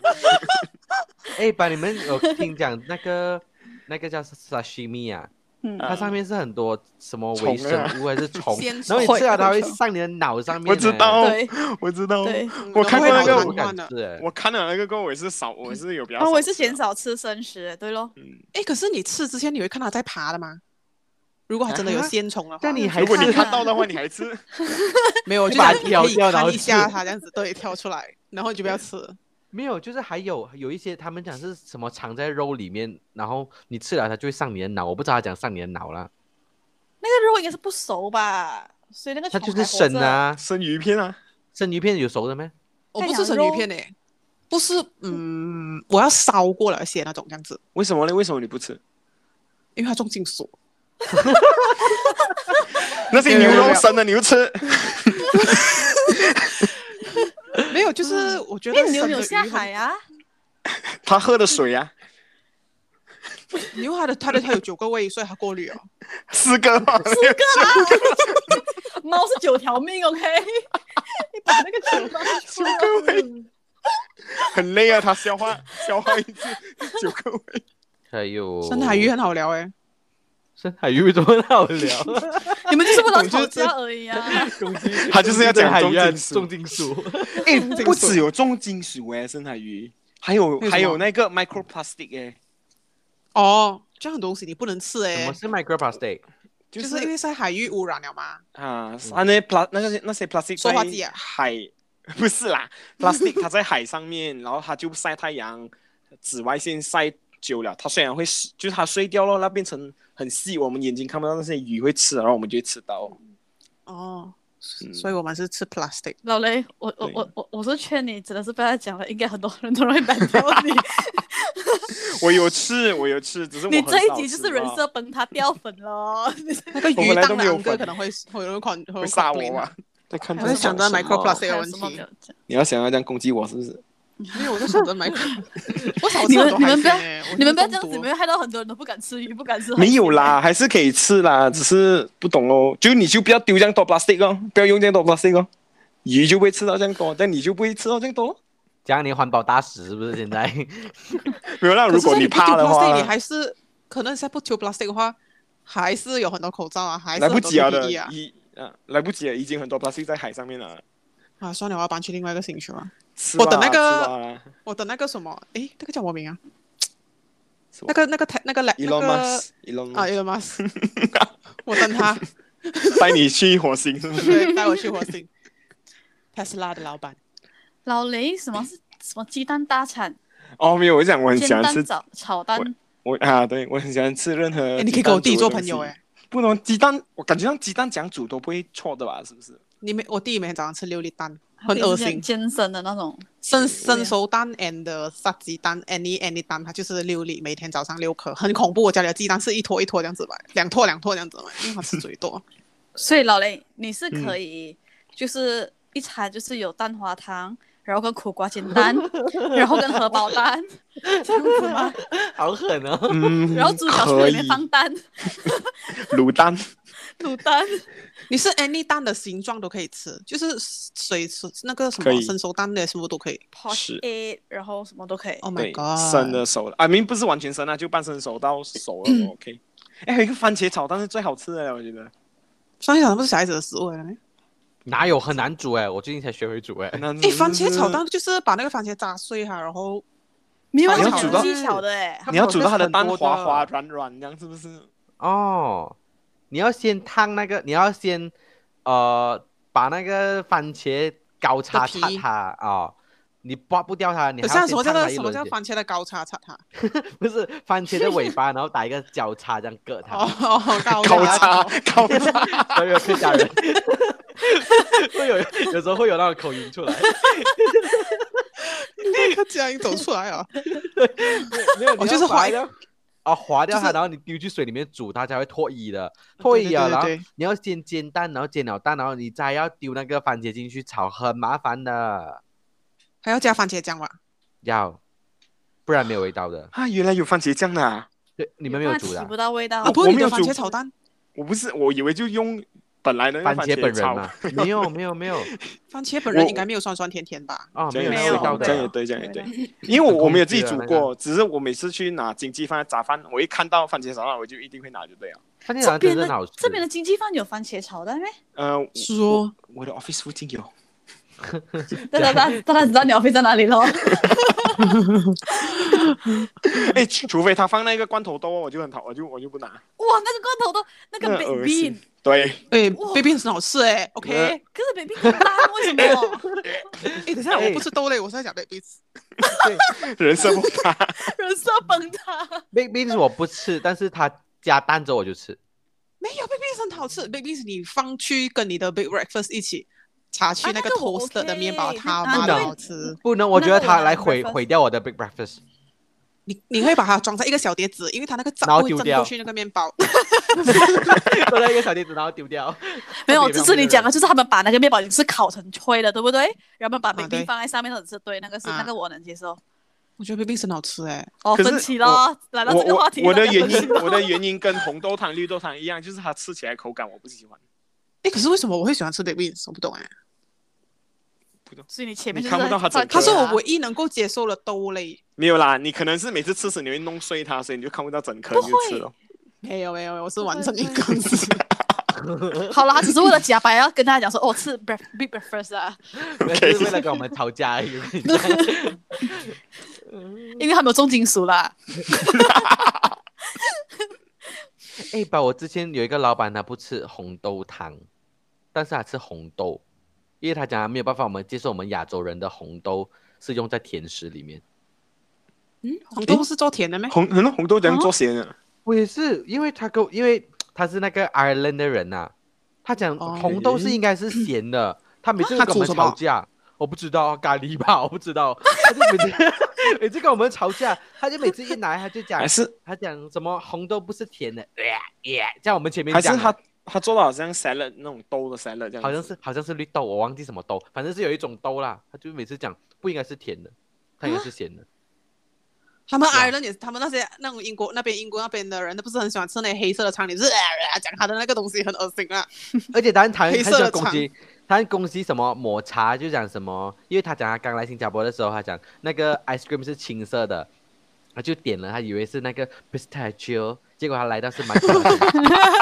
Speaker 1: 哎，把你们有听讲那个那个叫 sashimi 啊，
Speaker 2: 嗯
Speaker 1: 它上面是很多什么
Speaker 5: 虫
Speaker 1: 微生
Speaker 5: 啊
Speaker 1: 物还是虫，
Speaker 3: 先
Speaker 1: 然后你
Speaker 2: 虫
Speaker 1: 吃了它会
Speaker 2: 虫
Speaker 1: 上你的脑上面欸。
Speaker 5: 我知道哦
Speaker 2: 对
Speaker 5: 我知道，
Speaker 2: 对。
Speaker 5: 我看过那
Speaker 1: 我
Speaker 5: 个
Speaker 1: 不敢
Speaker 3: 瘫痪了。
Speaker 1: 吃欸。
Speaker 5: 我看了那个歌，我也是少，我是有比较
Speaker 2: 啊，嗯
Speaker 5: 少。
Speaker 2: 我也是嫌。少吃生食，对咯。
Speaker 3: 哎、可是你吃之前你会看它在爬的吗？如果它真的有线虫的话，
Speaker 1: 但啊你还
Speaker 5: 如果
Speaker 1: 是
Speaker 5: 你看到的话，你还吃？
Speaker 3: 没有，就
Speaker 1: 把它
Speaker 3: 是你可以
Speaker 1: 挑掉然后
Speaker 3: 看一下
Speaker 1: 吃
Speaker 3: 它这样子，对，跳出来，然后你就不要吃。
Speaker 1: 没有，就是还有有一些他们讲是什么藏在肉里面，然后你吃了它就会上你的脑，我不知道他讲上你的脑啦，
Speaker 2: 那个肉应该是不熟吧，所以那个
Speaker 1: 它
Speaker 2: 虫
Speaker 1: 就
Speaker 2: 还
Speaker 1: 是
Speaker 2: 活
Speaker 1: 生
Speaker 2: 着。
Speaker 1: 啊，
Speaker 5: 生鱼片啊，
Speaker 1: 生鱼片有熟的咩？
Speaker 3: 我不吃生鱼片哎、不是嗯，我要烧过了些那种这样子，
Speaker 5: 为什么呢？为什么你不吃？
Speaker 3: 因为它重金属。
Speaker 5: 那些牛肉生的你就吃，
Speaker 3: 没有，就是
Speaker 1: 嗯
Speaker 3: 我觉
Speaker 2: 因
Speaker 3: 得
Speaker 2: 为牛
Speaker 3: 生
Speaker 2: 哎没有
Speaker 3: 的
Speaker 2: 下
Speaker 3: 鱼很
Speaker 2: 海啊，
Speaker 5: 他喝的水啊，
Speaker 3: 牛它的它的它有九个胃，所以它过滤哦。
Speaker 5: 四个嘛，
Speaker 2: 猫是九条命，OK？你把那个九放出来，
Speaker 5: 很累啊，他消化消化一次九个胃。
Speaker 1: 哎呦，
Speaker 3: 深海
Speaker 2: 啊
Speaker 3: 鱼很好聊哎，
Speaker 1: 深海鱼为什么很好 聊？啊
Speaker 2: 你们就是为 了
Speaker 1: 总
Speaker 2: 吵
Speaker 1: 之
Speaker 2: 架而已啊！
Speaker 1: 重金
Speaker 5: 他就是要讲
Speaker 1: 海鱼啊
Speaker 5: 重金属
Speaker 1: 重金属，
Speaker 5: 哎，不只有重金属哎，深海鱼，还有
Speaker 3: 还有什么
Speaker 5: 还有那个 microplastic 哎，
Speaker 3: 哦，这样很多东西你不能吃
Speaker 1: 什
Speaker 3: 哎
Speaker 1: 么，是 microplastic？
Speaker 5: 就
Speaker 3: 就是因为在海域污染了嘛。
Speaker 5: 啊，啊那 plas 那个那些 plastic
Speaker 3: 塑化剂啊
Speaker 5: 在海 不是啦，plastic 它在海上面，然后它就晒太阳，紫外线晒久了，它虽然会死就是它碎掉了，那变成很细，我们眼睛看不到那些鱼会吃，然后我们就会吃到。
Speaker 3: 哦，
Speaker 5: 嗯
Speaker 3: 所以我们是吃 plastic。
Speaker 2: 老雷，我我我我我是劝你，真的是不要再讲了，应该很多人都会搬掉你。
Speaker 5: 我有吃，我有吃，只是我
Speaker 2: 你
Speaker 5: 很
Speaker 2: 这一
Speaker 5: 少
Speaker 2: 集就
Speaker 5: 吃
Speaker 2: 是人
Speaker 5: 到
Speaker 2: 设崩塌掉粉 了。
Speaker 3: 那个
Speaker 5: 我
Speaker 3: 鱼
Speaker 5: 本来
Speaker 3: 档的
Speaker 5: 都没有
Speaker 3: 昂哥
Speaker 5: 分
Speaker 3: 可能会会有会会
Speaker 5: 会杀我 吗？？在看
Speaker 3: 我在想着 microplastic
Speaker 2: 还
Speaker 3: 的问
Speaker 2: 有什么没
Speaker 3: 题
Speaker 2: 有，讲
Speaker 5: 你要想要这样攻击我是不是？
Speaker 3: 没有我在想着 micro。我 少
Speaker 2: 你
Speaker 3: 吃
Speaker 2: 们你们
Speaker 3: 很多海
Speaker 2: 不要
Speaker 3: 鲜欸
Speaker 2: 你们不要这样子，你
Speaker 3: 我
Speaker 2: 们会害到很多人都不敢吃鱼，不敢吃。
Speaker 5: 没有，啦，还是可以吃啦，只是不懂咯。就你就不要丢这样多 plastic 哦，不要用这样多 plastic 哦，鱼就不会吃到这样多，但你就不会吃到这样多。
Speaker 1: 讲你环保大使是不是？现在
Speaker 5: 没有啦，
Speaker 3: 中毒
Speaker 5: 如果
Speaker 3: 可是
Speaker 5: 怕的
Speaker 3: 不丢 plastic，
Speaker 5: 话
Speaker 3: 你，还是可能再不丢 plastic 的话，还是有很多口罩啊，还是
Speaker 5: 来
Speaker 3: 很
Speaker 5: 不
Speaker 3: 多
Speaker 5: 及了
Speaker 3: PPE
Speaker 5: 的，
Speaker 3: 啊。
Speaker 5: 已啊来不及了，已经很多 plastic 在海上面了。
Speaker 3: 啊，算了，我要搬去另外一个星球啊。
Speaker 5: 吃
Speaker 3: 我
Speaker 5: 吧
Speaker 3: 等那个
Speaker 5: 吃吧
Speaker 3: 我等那个什么，诶，那个叫什么名啊？
Speaker 5: 什么
Speaker 3: 那个那个台那个来那
Speaker 5: Elon
Speaker 3: 个
Speaker 5: Musk，Elon
Speaker 3: 啊
Speaker 5: Musk
Speaker 3: ，Elon Musk，我等他，
Speaker 5: 带你去火星是不是？
Speaker 3: 对，带我去火星。Tesla 的老板，
Speaker 2: 老雷什么是什么鸡蛋大餐？
Speaker 5: 哦，没有，我想我很喜
Speaker 2: 煎
Speaker 5: 欢
Speaker 2: 蛋
Speaker 5: 吃
Speaker 2: 炒炒蛋，
Speaker 5: 我啊，对我很喜欢吃任何。
Speaker 3: 诶，哎你可以跟我弟做朋友诶。
Speaker 5: 诶。不能鸡蛋，我感觉像鸡蛋讲煮都不会错的吧？是不是？
Speaker 3: 你每我弟每天早上吃六粒蛋，
Speaker 2: 它
Speaker 3: 很
Speaker 2: 可以
Speaker 3: 恶
Speaker 2: 是这样
Speaker 3: 心。
Speaker 2: 健身的那种。
Speaker 3: 生生熟蛋 and 杀鸡蛋 any any 蛋，它就是六粒，每天早上六颗，很恐怖。我家里的鸡蛋是一坨一坨这样子买，两坨两坨这样子买，因为它吃最 多。
Speaker 2: 所以老雷，你是
Speaker 5: 嗯
Speaker 2: 可以就是一餐就是有蛋花汤，然后跟苦瓜煎蛋， 然后跟荷包蛋这样子吗？
Speaker 1: 好狠哦！
Speaker 5: 嗯
Speaker 2: 然后猪脚
Speaker 5: 可
Speaker 2: 里
Speaker 5: 以
Speaker 2: 面放蛋、
Speaker 5: 卤蛋，
Speaker 2: 卤蛋，
Speaker 3: 你是 any 蛋的形状都可以吃，就是水水那个什
Speaker 5: 可
Speaker 3: 么
Speaker 5: 以
Speaker 3: 生熟蛋的什么都可以。
Speaker 2: posh egg，然后什么都可以。
Speaker 3: Oh my
Speaker 5: 对
Speaker 3: god，，
Speaker 5: 生的熟的，啊，明不是完全生啊，就半生熟到熟了都，OK。哎，还有一个番茄炒蛋是最好吃的了，我觉得
Speaker 3: 番茄炒蛋不是小孩子的食物来的咩？
Speaker 1: 哪有很难煮哎、我最近才学会煮哎、
Speaker 5: 很难吃。
Speaker 3: 哎，番茄炒
Speaker 5: 嗯
Speaker 3: 蛋就是把那个番茄炸碎哈，然后
Speaker 2: 没有，啊
Speaker 3: 你要
Speaker 2: 它
Speaker 3: 啊煮
Speaker 2: 是
Speaker 3: 到
Speaker 2: 有技巧的哎。
Speaker 5: 你要煮到它的蛋
Speaker 1: 它
Speaker 5: 滑滑
Speaker 1: 的
Speaker 5: 软软，这样是不是？
Speaker 1: 哦。你要先烫那个，你要先呃把那个番茄高叉
Speaker 3: 的皮
Speaker 1: 擦它啊、哦你刮不掉它，你
Speaker 3: 等
Speaker 1: 还
Speaker 3: 下
Speaker 1: 要
Speaker 3: 什
Speaker 1: 先
Speaker 3: 么叫
Speaker 1: 烫它
Speaker 3: 做
Speaker 1: 一
Speaker 3: 什么
Speaker 1: 轮
Speaker 3: 叫
Speaker 1: 先
Speaker 3: 番茄的高叉叉它？
Speaker 1: 不是番茄 的尾巴，然后打一个交叉这样割它。
Speaker 3: 哦，哦高
Speaker 5: 高
Speaker 3: 叉
Speaker 5: 叉 高叉，
Speaker 1: 所以有客家人会有有时候会有那种口音出来。
Speaker 3: 它竟然走出来哦了。
Speaker 1: 没有，
Speaker 3: 哦
Speaker 1: 你要
Speaker 3: 就是
Speaker 1: 把
Speaker 3: 划
Speaker 1: 它掉啊，划掉
Speaker 3: 就
Speaker 1: 它，
Speaker 3: 是
Speaker 1: 然后你丢去水里面煮，它才会脱衣的。脱衣啊，
Speaker 3: 对对对
Speaker 1: 然后
Speaker 3: 对
Speaker 1: 你要先煎蛋，然后煎了蛋，然后你再要丢那个番茄进去炒，很麻烦的，
Speaker 3: 还要加番茄酱吗？
Speaker 1: 要，不然没有味道的。
Speaker 5: 啊，原来有番茄酱的啊！
Speaker 1: 对，你们没有
Speaker 2: 怕
Speaker 1: 煮
Speaker 2: 起
Speaker 1: 的啊
Speaker 2: 不到味道
Speaker 3: 啊，。不
Speaker 5: 我
Speaker 3: 是你
Speaker 5: 没
Speaker 3: 的
Speaker 5: 有
Speaker 3: 番
Speaker 5: 煮
Speaker 3: 茄炒蛋，
Speaker 5: 我不是，我以为就用本来的那
Speaker 1: 番
Speaker 5: 个番
Speaker 1: 茄本人啊
Speaker 5: 炒
Speaker 1: 嘛， 没有没有没有
Speaker 3: 番茄本人
Speaker 5: 我
Speaker 3: 应该没有酸酸甜甜吧？
Speaker 1: 啊，
Speaker 5: 这
Speaker 1: 没有
Speaker 5: 样
Speaker 2: 没
Speaker 1: 那
Speaker 5: 也是
Speaker 1: 个
Speaker 2: 有
Speaker 1: 味道
Speaker 5: 这
Speaker 1: 的
Speaker 5: 样也
Speaker 1: 啊。
Speaker 5: 对，这样也对
Speaker 2: 对。
Speaker 5: 因为我我没有自己煮
Speaker 1: 很啊
Speaker 5: 过，只是我每次去拿经济饭杂饭，我一看到番茄炒蛋，我就一定会拿，就对了。啊
Speaker 1: 番茄
Speaker 2: 这
Speaker 1: 炒蛋
Speaker 2: 边
Speaker 1: 真的很
Speaker 2: 的
Speaker 1: 好吃。
Speaker 2: 这边的经济饭有番茄炒 蛋没？
Speaker 5: 呃，我
Speaker 3: 说
Speaker 5: 我的 office 附近有，
Speaker 2: 大家大大家知道鸟飞在哪里咯。
Speaker 5: 哎，除除非他放那个罐头豆，我就很讨，我就我就不拿。
Speaker 2: 哇，那个罐头都那个
Speaker 5: 那
Speaker 2: baked
Speaker 5: 恶
Speaker 2: bean
Speaker 5: 心。对，
Speaker 3: 哎
Speaker 2: 哇
Speaker 3: ，baby 很好吃哎，OK。
Speaker 5: 呃
Speaker 2: 可是 baby 很大，为什 么？
Speaker 3: 哎，等一下，
Speaker 1: 哎
Speaker 3: 我不吃豆类，我是在讲 baby。
Speaker 5: 人生 不大。
Speaker 2: 人设崩塌。
Speaker 1: b b 是我不吃，但是它加蛋之后我就吃。
Speaker 3: 没有，baby 很好吃，baby 你放去跟你的 big breakfast 一起，擦去
Speaker 2: 啊那
Speaker 3: 那个
Speaker 2: 个我
Speaker 3: toast 的
Speaker 2: OK，
Speaker 3: 面包，它
Speaker 2: 那
Speaker 3: 妈的
Speaker 1: 对
Speaker 3: 好吃。
Speaker 1: 不能，我觉得他来 毁
Speaker 2: breakfast
Speaker 1: 毁掉我的 big breakfast。
Speaker 3: 你你会把它装在一个小碟子，因为它那个
Speaker 1: 然
Speaker 3: 渣
Speaker 1: 后
Speaker 3: 会
Speaker 1: 丢
Speaker 3: 渗
Speaker 1: 掉
Speaker 3: 过去那个面包。
Speaker 1: 做了一个小碟子，然后丢 掉。
Speaker 2: 没有，
Speaker 1: 特别
Speaker 2: 这是你讲
Speaker 1: 浪
Speaker 2: 的， 就是他们把那个面包已经是烤成脆了，对不对？然后他们把
Speaker 3: 啊
Speaker 2: 冰
Speaker 3: 对
Speaker 2: 冰放在上面，或者是对，那个是
Speaker 3: 啊
Speaker 2: 那个我能接受。
Speaker 3: 我觉得 baby 真好吃哎、
Speaker 2: 哦，
Speaker 5: 可是
Speaker 2: 分歧咯，来到
Speaker 5: 我
Speaker 2: 这个话
Speaker 5: 我
Speaker 2: 题，
Speaker 5: 我的
Speaker 2: 大家
Speaker 5: 原
Speaker 2: 分歧
Speaker 5: 因，
Speaker 2: 咯
Speaker 5: 我的原因跟红豆汤、绿豆汤一样，就是它吃起来口感我不喜欢。
Speaker 3: 诶，可是为什么我会喜欢吃 baby？我不懂哎、
Speaker 2: 所以你前面
Speaker 5: 你
Speaker 2: 就是
Speaker 5: 看不到它
Speaker 2: 在
Speaker 5: 整个
Speaker 3: 它
Speaker 5: 啊
Speaker 3: 是我唯一能够接受的豆类。
Speaker 5: 没有啦，你可能是每次吃死你会弄碎它，所以你就看不到整颗
Speaker 2: 不会
Speaker 5: 你就吃了。
Speaker 3: 没有没有，没有我是
Speaker 2: 不
Speaker 3: 完
Speaker 2: 会
Speaker 3: 成一
Speaker 2: 不
Speaker 3: 根吃。
Speaker 2: 好了，他只是为了假白，要跟大家讲说，哦，吃 break big breakfast 啊，
Speaker 1: 是为了跟我们吵架而已。
Speaker 5: 嗯
Speaker 2: 因为他没有重金属啦。
Speaker 1: 哎，把我之前有一个老板，他不吃红豆汤，但是他吃红豆，因为他讲他没有办法，我们接受我们亚洲人的红豆是用在甜食里面。
Speaker 3: 嗯，红豆是做甜的咩？
Speaker 5: 红，那红豆怎样
Speaker 2: 哦
Speaker 5: 做咸啊的？
Speaker 1: 我也是，因为他跟我因为他是那个 Ireland 的人呐、他讲
Speaker 3: 哦
Speaker 1: 红豆是应该是咸的，他每次都
Speaker 3: 他
Speaker 1: 跟我们
Speaker 3: 煮什么
Speaker 1: 吵架，我不知道咖喱吧，我不知道，他就每次 每次跟我们吵架，他就每次一来他就讲
Speaker 5: 还是
Speaker 1: 他讲什么红豆不是甜的，呃呀呀，在我们前面
Speaker 5: 还是
Speaker 1: 讲的，
Speaker 5: 他他做的好像 salad 那种豆的 salad 这样子？
Speaker 1: 好像是好像是绿豆，我忘记什么豆，反正是有一种豆啦，他就每次讲不应该是甜的，它应
Speaker 3: 啊
Speaker 1: 该是咸的。
Speaker 3: 他们
Speaker 1: 是啊
Speaker 3: Ireland 也是，他们那些那种英国那边英国那边的人，都不是很喜欢吃那黑色的苍蝇，就是呃讲他的那个东西很恶心啊。
Speaker 1: 而且他谈
Speaker 3: 黑
Speaker 1: 很喜
Speaker 3: 色
Speaker 1: 欢
Speaker 3: 的
Speaker 1: 攻击，他攻击什么抹茶，就讲什么，因为他讲他刚来新加坡的时候，他讲那个 ice cream 是青色的，他就点了，他以为是那个 pistachio，结果他来到是蛮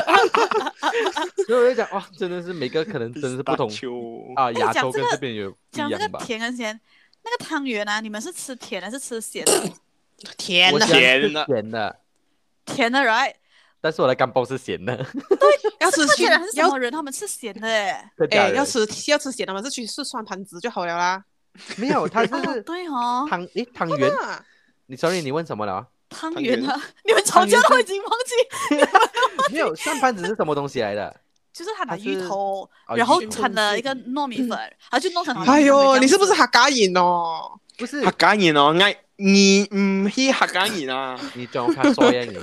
Speaker 1: 所以我就讲哇，真的是每个可能真的是不同
Speaker 5: Pistachio
Speaker 1: 啊，
Speaker 2: 你
Speaker 1: 亚
Speaker 2: 讲
Speaker 1: 洲
Speaker 2: 这
Speaker 1: 跟
Speaker 2: 个
Speaker 1: 这边有不
Speaker 2: 讲
Speaker 1: 一
Speaker 2: 那个
Speaker 1: 样吧。
Speaker 2: 甜跟咸，那个汤圆啊，你们是吃甜的，是吃咸的？
Speaker 3: 甜
Speaker 1: 我
Speaker 3: 的
Speaker 2: 啊
Speaker 1: 喜，欢
Speaker 5: 甜
Speaker 1: 吃
Speaker 5: 的
Speaker 1: 甜的，
Speaker 2: 甜的，right？
Speaker 1: 但是我的干包是咸的。
Speaker 3: 要吃
Speaker 2: 这些人
Speaker 3: 熏
Speaker 2: 是什
Speaker 3: 要
Speaker 2: 么人？他们吃咸的哎。
Speaker 1: 客家
Speaker 3: 哎、
Speaker 1: 人
Speaker 3: 要吃要吃咸的嘛，是去是酸汤汁就好了啦。
Speaker 1: 没有，他就
Speaker 2: 哦，
Speaker 1: 是
Speaker 2: 对哦，
Speaker 1: 汤诶汤圆。
Speaker 3: 啊
Speaker 1: 你 sorry，你问什么了啊？
Speaker 2: 汤
Speaker 5: 汤
Speaker 2: 圆
Speaker 5: 圆
Speaker 2: 啊，你们吵架
Speaker 1: 汤圆
Speaker 2: 都已经忘记，
Speaker 1: 没有扇盘子是什么东西来的？
Speaker 2: 就是他拿
Speaker 1: 它是
Speaker 2: 芋头，
Speaker 1: 哦
Speaker 2: 然后
Speaker 1: 芋头
Speaker 2: 掺了一个糯米粉，他就弄成好像
Speaker 3: 哎呦，你是不是
Speaker 2: 这样子
Speaker 3: 哈嘎瘾哦？
Speaker 1: 不是
Speaker 5: 客家人哦，嗌你唔去客家人啊？
Speaker 1: 你装他说呀你，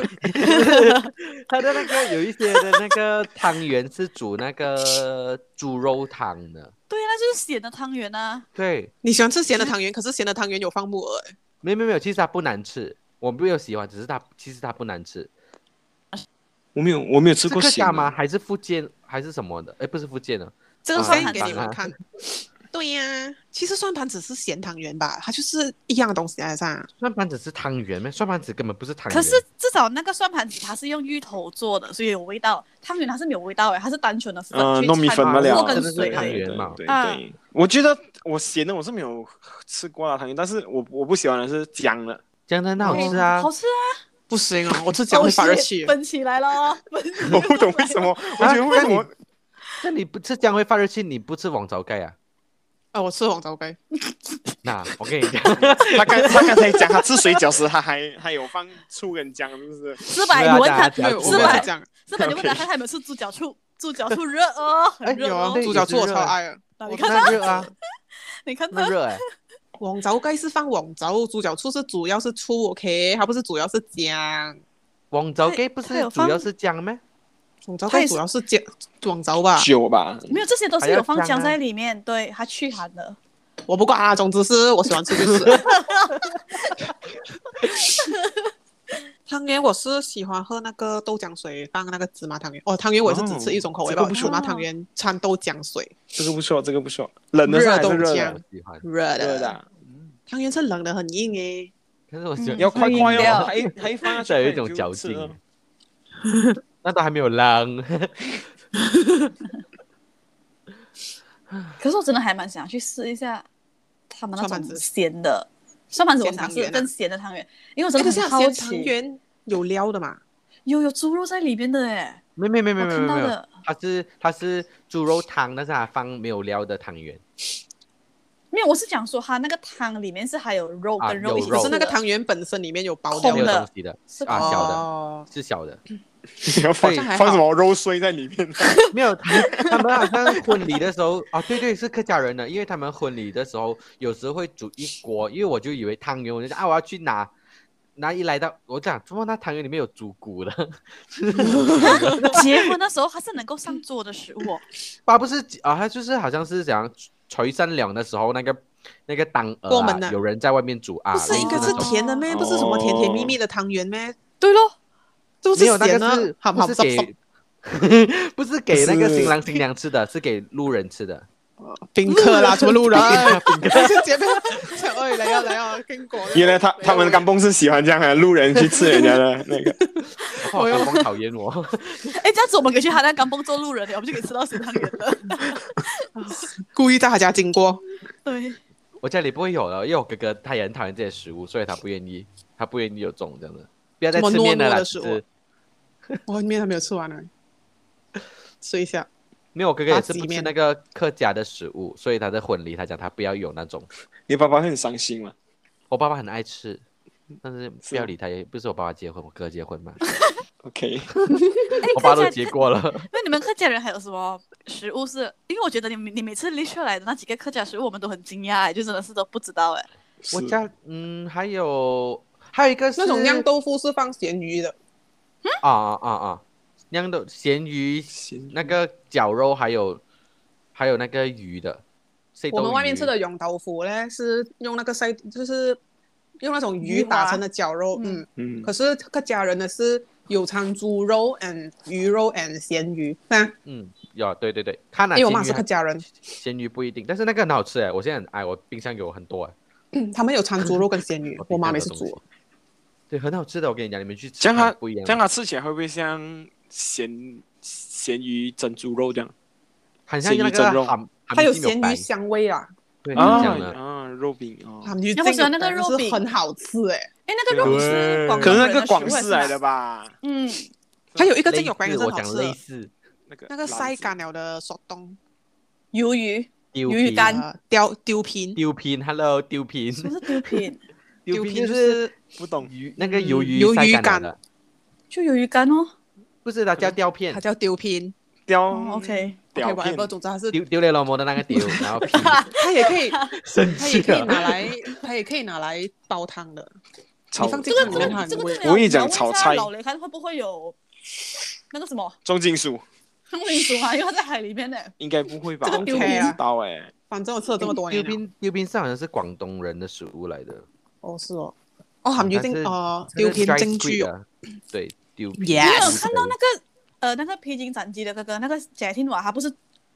Speaker 1: 他的那个有一些的那个汤圆是煮那个 猪肉汤的，
Speaker 2: 对啊，那就是咸的汤圆啊。
Speaker 1: 对，
Speaker 3: 你喜欢吃咸的汤圆，可是咸的汤圆有放木耳、哎
Speaker 1: 没有没有没有，其实它不难吃，我没有喜欢，只是它其实它不难吃。
Speaker 5: 我没有，我没有吃
Speaker 1: 是
Speaker 5: 过
Speaker 1: 客
Speaker 5: 咸啊
Speaker 1: 家
Speaker 5: 的
Speaker 1: 吗？？还是福建还是什么的？哎，不是福建的，
Speaker 2: 这
Speaker 3: 我
Speaker 2: 个
Speaker 1: 啊
Speaker 2: 算
Speaker 3: 现在
Speaker 2: 很
Speaker 3: 给
Speaker 1: 吧
Speaker 3: 你们 看。对呀、其实算盘只是咸汤圆吧，它就是啊一样的东西来上。
Speaker 1: 蒜盘子是汤圆吗？蒜盘子根本不是汤圆。
Speaker 2: 可是至少那个算盘子它是用芋头做的，所以有味道。汤圆它是没有味道诶，它是单纯的粉
Speaker 5: 嗯，
Speaker 2: 去
Speaker 5: 糯米
Speaker 2: 掺
Speaker 5: 粉
Speaker 1: 嘛
Speaker 5: 那
Speaker 1: 料
Speaker 2: 肉
Speaker 5: 了，
Speaker 1: 真
Speaker 2: 跟
Speaker 1: 的是
Speaker 2: 水
Speaker 1: 汤
Speaker 2: 而
Speaker 1: 圆
Speaker 2: 已。
Speaker 1: 嘛
Speaker 5: 对
Speaker 2: 啊
Speaker 5: 对对，我觉得我咸的我是没有吃过啦，汤圆，但是我我不喜欢的是姜的。
Speaker 1: 这样真的很好吃
Speaker 2: 哦
Speaker 1: 啊
Speaker 2: 好！吃啊！
Speaker 3: 不行哦，我吃姜会发热气。
Speaker 2: 分起来了，分起来了
Speaker 5: 我不懂为 什。么，我觉得为什么
Speaker 1: 那你不吃姜会发热气，你不吃王糟盖啊？
Speaker 3: 啊，我吃黄糟糕。
Speaker 1: 那我跟你 讲，
Speaker 5: 他刚他刚才讲他吃水饺时，他还还有放醋跟姜，是不是？
Speaker 2: 四百，
Speaker 1: 对啊
Speaker 2: 你问他，
Speaker 1: 大家
Speaker 3: 对，
Speaker 1: 讲
Speaker 3: 我
Speaker 2: 是
Speaker 3: 没
Speaker 2: 吧
Speaker 3: 有讲。
Speaker 2: 四百，你问他看他有没有吃猪脚醋？ 猪脚醋热 哦，
Speaker 1: 哎
Speaker 2: 很热
Speaker 3: 有啊
Speaker 2: 哦，
Speaker 1: 对。
Speaker 3: 猪脚醋我超爱啊。
Speaker 2: 那
Speaker 3: 我
Speaker 2: 你看
Speaker 1: 那
Speaker 2: 他，
Speaker 1: 热啊，
Speaker 2: 你看
Speaker 1: 那
Speaker 2: 他，
Speaker 1: 热哎、
Speaker 3: 黄糟该是放黄糟，猪脚醋是主要是醋，OK，它不是主要是姜。
Speaker 1: 王糟盖不
Speaker 2: 它
Speaker 1: 是
Speaker 2: 有
Speaker 1: 主要
Speaker 2: 放
Speaker 1: 是姜咩？
Speaker 3: 黄糟
Speaker 2: 它
Speaker 3: 该
Speaker 2: 也是
Speaker 3: 主要是姜，黄糟吧？
Speaker 5: 酒吧，
Speaker 2: 没有这些都
Speaker 1: 还
Speaker 2: 是
Speaker 1: 要
Speaker 2: 有放
Speaker 1: 酱
Speaker 2: 姜
Speaker 1: 啊
Speaker 2: 在里面，对，它去寒的。
Speaker 3: 我不管啊，总之是我喜欢吃就是。汤圆我是喜欢喝那个豆浆水放那个芝麻汤圆，哦，汤圆我是只吃一种口味吧，
Speaker 5: 哦这个不
Speaker 3: 芝
Speaker 5: 错
Speaker 3: 麻汤圆掺豆浆水，
Speaker 5: 这个不错，这个不错，冷的是还是热
Speaker 3: 热豆
Speaker 5: 的
Speaker 3: 浆？
Speaker 1: 喜欢，
Speaker 3: 热
Speaker 5: 热
Speaker 3: 的。
Speaker 5: 的啊，
Speaker 3: 汤圆是冷的，很硬欸诶。
Speaker 1: 可是我喜欢
Speaker 2: 嗯
Speaker 5: 要快
Speaker 2: 喝
Speaker 5: 快
Speaker 2: 饮料
Speaker 5: 哦，还还 一放下去
Speaker 1: 这有一种嚼劲，那都还没有浪。
Speaker 2: 可是我真的还蛮想去试一下他们那
Speaker 3: 蒜
Speaker 2: 种
Speaker 3: 盘子
Speaker 2: 咸的蒜盘子，我
Speaker 3: 咸
Speaker 2: 想
Speaker 3: 汤
Speaker 2: 试
Speaker 3: 圆啊
Speaker 2: 更咸的汤圆，因为我
Speaker 3: 这
Speaker 2: 真
Speaker 3: 个
Speaker 1: 哎
Speaker 2: 的
Speaker 3: 像
Speaker 2: 很好
Speaker 3: 咸汤
Speaker 2: 奇，
Speaker 3: 圆有料的嘛？
Speaker 2: 有有猪肉在里面的哎，
Speaker 1: 没没没
Speaker 2: 我
Speaker 1: 没没
Speaker 2: 看到
Speaker 1: 没有，
Speaker 2: 的
Speaker 1: 它是它是猪肉汤，但是它放没有料的汤圆，
Speaker 2: 没有，我是讲说它那个汤里面是还有肉
Speaker 1: 啊
Speaker 2: 跟肉
Speaker 1: 有
Speaker 2: 一起
Speaker 1: 肉
Speaker 3: 可
Speaker 2: 吃
Speaker 3: 是
Speaker 2: 的，
Speaker 3: 那个汤圆本身里面有包
Speaker 2: 空
Speaker 3: 掉
Speaker 1: 没有
Speaker 2: 的
Speaker 1: 东西的
Speaker 2: 是
Speaker 1: 啊，小的
Speaker 3: 哦，
Speaker 1: 是小的，
Speaker 5: 你 要放
Speaker 1: 对
Speaker 5: 放什么肉碎在里面？
Speaker 1: 没有，他们他们好像婚礼的时候 啊，对对，是客家人的，因为他们婚礼的时候有时候会煮一锅，因为我就以为汤圆，我就想啊，我要去拿，拿一来到我讲，怎么那汤圆里面有猪骨的？
Speaker 2: 结婚的时候它是能够上桌的食物 哦、
Speaker 1: 爸不是啊，他就是好像是讲垂三两的时候那个那个当儿、啊、
Speaker 3: 过门呐
Speaker 1: 有人在外面煮啊，
Speaker 3: 不是应该是
Speaker 1: 那种
Speaker 3: 甜的咩？
Speaker 5: 哦
Speaker 3: 不是什么甜甜蜜蜜的汤圆咩？
Speaker 2: 对咯，
Speaker 3: 都
Speaker 1: 没
Speaker 3: 是
Speaker 1: 有那
Speaker 3: 咸啊
Speaker 1: 个
Speaker 3: 的
Speaker 1: 是，
Speaker 3: 好好
Speaker 1: 不是
Speaker 3: 嗖嗖
Speaker 1: 给 不是给那个新郎新娘吃的，是给路人吃 的。
Speaker 3: 宾客 啦，什么路人？就前面讲哎，来呀来啊呀，跟果。
Speaker 5: 原来他他们的干崩是喜欢这样啊，路人去吃人家的 那个。
Speaker 1: 我老公讨厌我。
Speaker 2: 哎，这样子我们可以去他那甘崩做路人了，我们就可以吃到咸汤圆 了。
Speaker 3: 故意在他家经过，
Speaker 2: 对，
Speaker 1: 我家里不会有的，因为我哥哥他也很讨厌这些食物，所以他不愿意，他不愿意有这种这样的。不要再
Speaker 3: 这么
Speaker 1: 吃面
Speaker 3: 懦
Speaker 1: 了
Speaker 3: 弱
Speaker 1: 啦，
Speaker 3: 的
Speaker 1: 其
Speaker 3: 食物
Speaker 1: 实
Speaker 3: 我面还没有吃完呢，吃一下。
Speaker 1: 没有，我哥哥也
Speaker 3: 垃
Speaker 1: 是
Speaker 3: 圾
Speaker 1: 不吃
Speaker 3: 面
Speaker 1: 那个客家的食物，所以他在婚礼他讲他不要有那种。
Speaker 5: 你爸爸会很伤心吗？
Speaker 1: 我爸爸很爱吃，但是不
Speaker 5: 是
Speaker 1: 要理他，也不是我爸爸结婚，我哥结婚 嘛，
Speaker 5: OK，
Speaker 2: 哎
Speaker 1: 我爸都结过了。
Speaker 2: 那你们客家人还有什么食物是？因为我觉得你们你每次列出来的那几个客家食物，我们都很惊讶，就真的是都不知道哎。
Speaker 5: 是
Speaker 1: 我家嗯，还有还有一个是
Speaker 3: 那种酿豆腐是放咸鱼的，
Speaker 1: 啊啊啊啊，酿豆咸鱼
Speaker 5: 行
Speaker 1: 那个绞肉，还有还有那个鱼的。碎
Speaker 3: 我们
Speaker 1: 豆
Speaker 3: 外面
Speaker 1: 鱼
Speaker 3: 吃的永豆腐呢，是用那个塞，就是用那种
Speaker 2: 鱼
Speaker 3: 鱼
Speaker 2: 滑
Speaker 3: 打成的绞肉。嗯，
Speaker 5: 嗯
Speaker 3: 可是客家人的是有掺猪肉 and 鱼肉 and 咸鱼，啊，
Speaker 1: 嗯，有对对对，看哪
Speaker 3: 因
Speaker 1: 咸
Speaker 3: 为哎我妈
Speaker 1: 鱼啊
Speaker 3: 是
Speaker 1: 还
Speaker 3: 客家人，
Speaker 1: 咸鱼不一定，但是那个很好吃哎，我现在很爱，我冰箱有很多哎。，
Speaker 3: 嗯他们有掺猪肉跟咸鱼 我妈
Speaker 1: 冰
Speaker 3: 每
Speaker 1: 箱
Speaker 3: 次
Speaker 1: 有东西
Speaker 3: 煮。。
Speaker 1: 对，很好吃的，我跟你讲，你们去吃。
Speaker 5: 这样它
Speaker 1: 不一样，
Speaker 5: 这样它吃起来会不会像咸咸鱼珍珠肉这样？
Speaker 1: 很像那
Speaker 5: 咸鱼蒸
Speaker 1: 个
Speaker 5: 肉
Speaker 1: 韩，
Speaker 3: 还有
Speaker 1: 韩米鸡
Speaker 3: 咸
Speaker 1: 柳白
Speaker 3: 鱼香味啊，
Speaker 1: 对，很
Speaker 5: 啊
Speaker 1: 像的。
Speaker 5: 啊，肉饼哦，
Speaker 3: 他们鱼
Speaker 2: 然哎后喜欢那个
Speaker 3: 真的
Speaker 2: 肉饼
Speaker 3: 是很好吃哎、
Speaker 2: 哎，那个肉是广
Speaker 5: 可
Speaker 2: 东
Speaker 5: 能
Speaker 2: 人
Speaker 5: 那个
Speaker 2: 的
Speaker 5: 广
Speaker 2: 食
Speaker 5: 式
Speaker 2: 物还
Speaker 5: 来
Speaker 2: 是
Speaker 5: 的
Speaker 2: 哪？
Speaker 5: 吧？
Speaker 2: 嗯，
Speaker 3: 还有一个
Speaker 1: 类
Speaker 3: 真有关于
Speaker 1: 似
Speaker 3: 真
Speaker 1: 我
Speaker 3: 好
Speaker 1: 讲
Speaker 3: 吃
Speaker 1: 类
Speaker 3: 的，
Speaker 1: 似
Speaker 5: 那个
Speaker 3: 那个晒
Speaker 5: 塞
Speaker 3: 干了的索东，
Speaker 2: 鱿鱼
Speaker 1: 丢
Speaker 2: 鱿鱼
Speaker 1: 片
Speaker 2: 干
Speaker 3: 呃，丢丢皮，
Speaker 1: 丢片，Hello，丢 片，
Speaker 2: 什么是丢片？
Speaker 1: 丢
Speaker 3: 皮
Speaker 1: 片就是
Speaker 3: 是
Speaker 5: 不懂
Speaker 1: 鱼那个鱿
Speaker 3: 嗯
Speaker 1: 鱼
Speaker 3: 鱿
Speaker 1: 晒
Speaker 3: 鱼
Speaker 1: 干了
Speaker 3: 干
Speaker 1: 的，
Speaker 2: 就鱿鱼干哦。
Speaker 1: 不是它叫雕片
Speaker 3: 它，叫丢皮
Speaker 5: 雕
Speaker 2: 哦，OK，
Speaker 5: 雕
Speaker 3: ，OK，
Speaker 5: 片
Speaker 3: whatever，总之它是
Speaker 1: 丢丢了罗摩的那个丢，然后片
Speaker 3: 它也可以，
Speaker 1: 生
Speaker 3: 它也
Speaker 1: 气
Speaker 3: 可以
Speaker 1: 了。
Speaker 3: 拿来，它也可以拿来煲汤的。
Speaker 5: 炒
Speaker 3: 你放进
Speaker 2: 这个
Speaker 3: 去
Speaker 2: 这
Speaker 3: 里面它
Speaker 2: 个这
Speaker 3: 很
Speaker 2: 个
Speaker 3: 味
Speaker 2: 真的
Speaker 5: 我
Speaker 2: 要
Speaker 5: 跟你讲
Speaker 2: 要问一
Speaker 5: 炒
Speaker 2: 下
Speaker 5: 菜
Speaker 2: 老雷看会不会有那个什么
Speaker 5: 重金属
Speaker 2: 重金属啊？因为它在海里面 呢。
Speaker 5: 应该不会吧？
Speaker 3: 这个
Speaker 5: 我
Speaker 3: 丢
Speaker 5: 不
Speaker 3: 片
Speaker 5: 知道哎，
Speaker 3: 反正我吃了这么多
Speaker 1: 丢
Speaker 3: 年了，
Speaker 1: 片丢片是好像是广东人的食物来的，
Speaker 3: 哦是哦，
Speaker 5: 嗯
Speaker 3: 哦含鱼
Speaker 1: 它是
Speaker 3: 蒸哦
Speaker 1: 它是
Speaker 3: 丢皮
Speaker 1: dry
Speaker 3: 蒸
Speaker 1: squid
Speaker 3: 居哦，
Speaker 1: 啊，对，丢片。
Speaker 2: 你
Speaker 3: Yes
Speaker 2: 有看到那个呃那个披荆斩棘的哥哥那个贾天瓦，他不是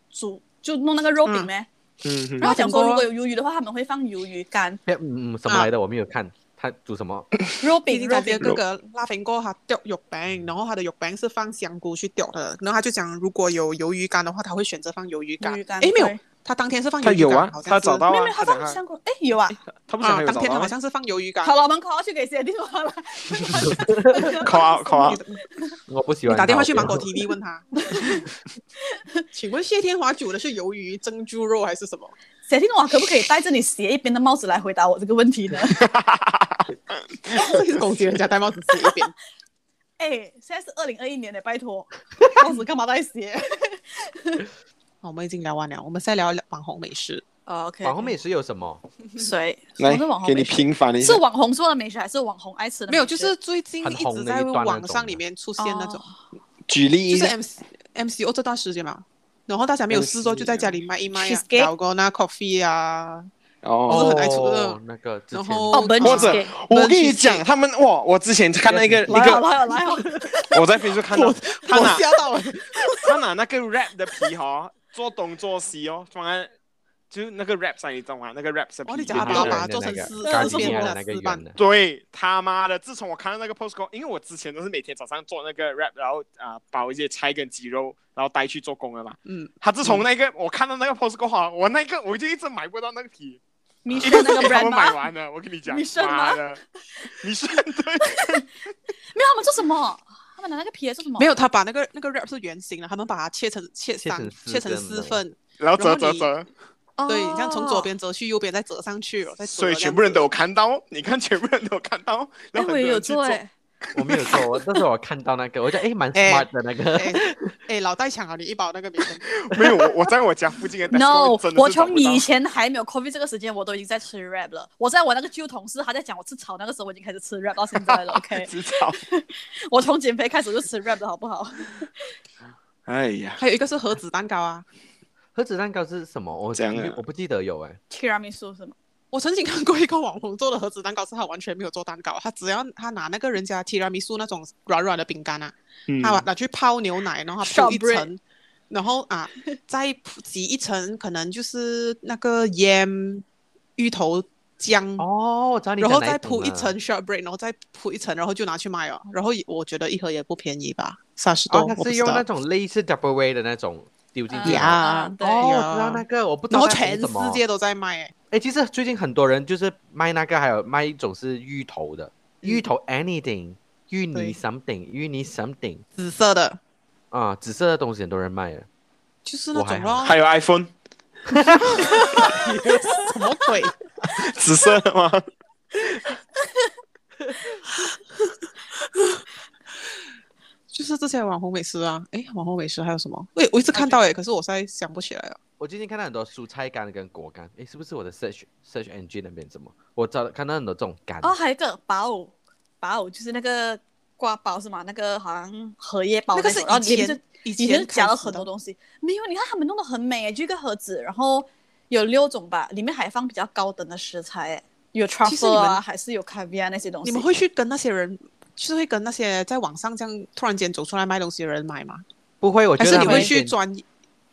Speaker 2: 煮就弄那个肉饼
Speaker 3: 嗯
Speaker 2: 咩？
Speaker 5: 嗯哼
Speaker 2: 然后讲说
Speaker 3: 然
Speaker 2: 如
Speaker 3: 后
Speaker 2: 果
Speaker 3: 整
Speaker 2: 有鱿鱼的话，他们会放鱿鱼干、
Speaker 1: 哎嗯嗯，什么来
Speaker 3: 啊
Speaker 1: 的？我没有看，他煮什么？
Speaker 2: 肉
Speaker 3: 毕
Speaker 2: 饼、
Speaker 3: 竟
Speaker 2: 肉
Speaker 3: 他
Speaker 2: 饼
Speaker 3: 的。哥哥拉菲哥他钓肉
Speaker 5: 嗯
Speaker 3: 饼，然后他的肉饼是放香菇去钓的，然后他就讲如果有鱿鱼干的话，他会选择放鱿鱼干。
Speaker 2: 鱿鱼干
Speaker 3: 诶，没
Speaker 2: 对
Speaker 3: 有，他当天是放鱿
Speaker 5: 他
Speaker 3: 鱼
Speaker 5: 有
Speaker 3: 干，
Speaker 5: 啊
Speaker 3: 好，像
Speaker 5: 他
Speaker 3: 是
Speaker 5: 找到
Speaker 2: 没有
Speaker 5: 啊
Speaker 2: 没有，，
Speaker 5: 他
Speaker 2: 他
Speaker 5: 讲
Speaker 2: 放
Speaker 5: 他
Speaker 2: 香菇，哎有啊，
Speaker 5: 他不是
Speaker 3: 啊
Speaker 5: 还，有
Speaker 3: 当
Speaker 5: 找
Speaker 3: 天他
Speaker 5: 到
Speaker 3: 好
Speaker 5: 吗？
Speaker 3: 像是放鱿鱼干
Speaker 2: 好。了，我们 call 去给谁电话了？
Speaker 5: 扣啊扣啊，
Speaker 1: 我不喜
Speaker 3: 你
Speaker 1: 欢。
Speaker 3: 打电话去
Speaker 1: 我
Speaker 3: 芒
Speaker 1: 不
Speaker 3: 果 TV 问他，请问谢天华煮的是鱿鱼蒸猪肉还是什 么？
Speaker 2: 谁听瓦可不可以戴着你斜一边的帽子来回答我这个问题 呢？
Speaker 3: 这是攻击人家戴帽子吃一边。
Speaker 2: 哎，现在是二零二一年的，拜 托，当时干嘛戴鞋？
Speaker 3: 好，我们已经聊完了，我们再聊聊网红美食。
Speaker 2: 哦，OK，
Speaker 1: 网红美食有什么？
Speaker 2: 谁？
Speaker 5: 来
Speaker 2: 什么是网红
Speaker 5: 给你
Speaker 2: 美食
Speaker 5: 平反一下
Speaker 2: 是。网红做的美食还是网红爱吃的美食？
Speaker 3: 没有，就是最近
Speaker 1: 很
Speaker 3: 一
Speaker 1: 红
Speaker 3: 直
Speaker 1: 的
Speaker 3: 在
Speaker 1: 一段那
Speaker 3: 网
Speaker 1: 种
Speaker 3: 上
Speaker 1: 的
Speaker 3: 里面出现那种
Speaker 2: 哦，
Speaker 5: 举例
Speaker 3: 就
Speaker 5: 一
Speaker 3: 是
Speaker 5: 下，
Speaker 3: M M C O 这段时间嘛，然后大家没有事做，
Speaker 5: MC
Speaker 3: 就在家里卖一卖啊，
Speaker 2: Cheesecake
Speaker 3: 搞个那 coffee 啊，
Speaker 5: 哦
Speaker 3: 我是很爱吃的
Speaker 1: 哦那个之
Speaker 3: 然
Speaker 1: 前
Speaker 3: 后
Speaker 2: 哦本
Speaker 5: 或
Speaker 2: 地
Speaker 5: 者
Speaker 2: 给
Speaker 5: 我跟你讲，他们哇，我之前看到一个一
Speaker 2: 来哦
Speaker 5: 个，
Speaker 2: 来哦来哦，
Speaker 5: 我在 Facebook 看到他
Speaker 3: 我
Speaker 5: 拿
Speaker 3: 吓到了。
Speaker 5: 他拿那个 rap 的皮哦，做东做西哦，放在就是那个 rap 上，你懂吗？那个 rap 的皮。
Speaker 3: 哦你讲
Speaker 1: 就是
Speaker 3: 阿
Speaker 1: 那个人
Speaker 3: 巴把它
Speaker 1: 的
Speaker 3: 做成
Speaker 1: 那个
Speaker 3: 丝
Speaker 1: 咖喱
Speaker 2: 做成
Speaker 1: 面
Speaker 2: 那
Speaker 1: 的
Speaker 3: 个
Speaker 1: 那个
Speaker 3: 丝
Speaker 1: 圆
Speaker 3: 棒
Speaker 1: 的，
Speaker 5: 对他妈的！自从我看到那个 post 过，因为我之前都是每天早上做那个 rap，然后啊、包一些菜跟鸡肉，然后带去做工了嘛。
Speaker 3: 嗯，
Speaker 5: 他自从那个、我看到那个 post 过后，我那个我就一直买不到那个皮，
Speaker 2: 你
Speaker 5: 一
Speaker 2: 说
Speaker 5: 定
Speaker 2: 那个
Speaker 5: 是 给他
Speaker 2: brand
Speaker 5: 们
Speaker 2: 吗？
Speaker 5: 买完了。我跟你讲，
Speaker 2: 你剩吗
Speaker 5: 妈的，你是对。
Speaker 2: 没有，他们做什么？他们拿那个皮来做什么？
Speaker 3: 没
Speaker 2: 有，
Speaker 3: 有，他把那个那个 wrap 是圆形的，他们把它切成切
Speaker 1: 切成
Speaker 3: 三
Speaker 1: 丝
Speaker 3: 切成
Speaker 1: 这样
Speaker 3: 四
Speaker 1: 的
Speaker 3: 份，
Speaker 5: 然后折
Speaker 3: 然后
Speaker 5: 折
Speaker 3: 你
Speaker 5: 折，
Speaker 2: 哦，
Speaker 3: 对，你像从左边折去右边，再折上去，然后再折
Speaker 5: 所以
Speaker 3: 这样
Speaker 5: 全部人
Speaker 3: 子
Speaker 5: 都有看到哦， 你看全部人都有看到哦，
Speaker 2: 哎，
Speaker 5: 然后
Speaker 2: 我
Speaker 5: 很
Speaker 2: 也
Speaker 5: 多
Speaker 2: 有
Speaker 5: 人去
Speaker 2: 做
Speaker 5: 做。
Speaker 2: 哎，
Speaker 1: 我没有做，我但是我看到那个，我觉得哎蛮
Speaker 3: 哎
Speaker 1: smart 的那个。
Speaker 3: 哎 哎，老戴抢了你一包那个名称，
Speaker 5: 没有，我我在我家附 近的
Speaker 2: No，
Speaker 5: Tesco 真的
Speaker 2: 我
Speaker 5: 是找
Speaker 2: 从
Speaker 5: 不
Speaker 2: 你
Speaker 5: 到
Speaker 2: 以 前还没有 COVID 这个时间，我都已经在吃 rap 了。我在我那个旧同事，他在讲我吃草那个时候，我已经开始吃 rap 到现 在了。OK，
Speaker 5: 至少，
Speaker 2: 我从减肥开始就吃 rap 的好不好？
Speaker 5: 哎呀，
Speaker 3: 还有一个是盒子蛋糕啊。
Speaker 1: 盒子蛋糕是什么？我
Speaker 5: 这样啊
Speaker 1: 我不记得有哎。
Speaker 2: Tiramisu 是吗？
Speaker 3: 我曾经看过一个网红做的盒子蛋糕，是他完全没有做蛋糕，他只要他拿那个人家提拉米苏那种软软的饼干啊，
Speaker 5: 嗯
Speaker 3: 他把拿去泡牛奶，然后他铺一层，然后啊再铺挤一层，可能就是那个腌芋头姜，
Speaker 1: 哦，我知道你
Speaker 3: 然
Speaker 1: 讲
Speaker 3: 后
Speaker 1: 哪啊
Speaker 3: 再
Speaker 1: 种
Speaker 3: 铺一
Speaker 1: 了
Speaker 3: 层 shortbread，然后再铺一层，然后就拿去卖了。然后也我觉得一盒也不便宜吧，三十多，
Speaker 1: 哦，它
Speaker 3: 我不
Speaker 1: 是
Speaker 3: 知
Speaker 1: 用
Speaker 3: 道
Speaker 1: 那种类似 double way 的那种丢进去
Speaker 3: 呀
Speaker 1: 吗。
Speaker 2: 啊对
Speaker 1: 哦，我知道
Speaker 3: 呀
Speaker 1: 那个，我不知
Speaker 3: 然
Speaker 1: 道
Speaker 3: 后
Speaker 1: 它是
Speaker 3: 全
Speaker 1: 什么
Speaker 3: 世界都在卖、欸，
Speaker 1: 哎，其实最近很多人就是卖那个，还有卖一种是芋头的，芋头 anything，芋泥
Speaker 3: 嗯对
Speaker 1: something，芋泥 something
Speaker 3: 紫色的，
Speaker 1: 啊，紫色的东西很多人卖的。
Speaker 3: 就是那
Speaker 1: 我还
Speaker 3: 种咯，
Speaker 5: 还有 iPhone
Speaker 3: 什么鬼？
Speaker 5: 紫色的吗？
Speaker 3: 就是这些网红美食啊，诶，网红美食还有什么？喂，我一直看到诶，可是我现在想不起来了。
Speaker 1: 我最近看到很多蔬菜干跟果干，哎，是不是我的 search search engine 那边怎么？我找看到很多这种干。
Speaker 2: 哦，还有一个包藕，包藕就是那个挂包是吗？那个好像荷叶包
Speaker 3: 那个是
Speaker 2: 种然后
Speaker 3: 以
Speaker 2: 里面
Speaker 3: 前
Speaker 2: 就
Speaker 3: 以
Speaker 2: 以前
Speaker 3: 前
Speaker 2: 夹了
Speaker 3: 开始
Speaker 2: 很多
Speaker 3: 的，
Speaker 2: 东西，没有，你看他们弄得很美，就一个盒子，然后有六种吧，里面还放比较高等的食材，有
Speaker 3: 其实你
Speaker 2: truffle
Speaker 3: 们
Speaker 2: 啊，还是有 caviar 那些东西。
Speaker 3: 你们会去跟那些人，就是会跟那些在网上这样突然间走出来卖东西的人买吗？
Speaker 1: 不会，我觉
Speaker 3: 还
Speaker 1: 得
Speaker 3: 是
Speaker 1: 他
Speaker 3: 你
Speaker 1: 们
Speaker 3: 会
Speaker 1: 一
Speaker 3: 去
Speaker 1: 边
Speaker 3: 专，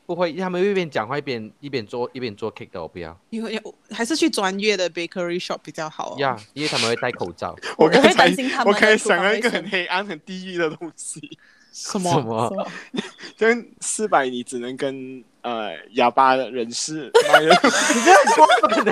Speaker 1: 不会，他们一边讲话一边一边做一边做 cake 的，我不要
Speaker 3: 你会还是去专业的 bakery shop 比较好、哦？
Speaker 1: 呀因为他们会戴口罩。
Speaker 5: 我刚
Speaker 2: 我会
Speaker 5: 才
Speaker 2: 担心他
Speaker 5: 我
Speaker 2: 们
Speaker 5: 刚才
Speaker 2: 的厨
Speaker 5: 想
Speaker 2: 房
Speaker 5: 到一
Speaker 2: 卫
Speaker 5: 个很
Speaker 2: 生。
Speaker 5: 黑暗、很地狱的东西，
Speaker 3: 什么
Speaker 1: 什么
Speaker 3: 什么？
Speaker 5: 就是四百你只能跟呃哑巴人士卖的 东 西，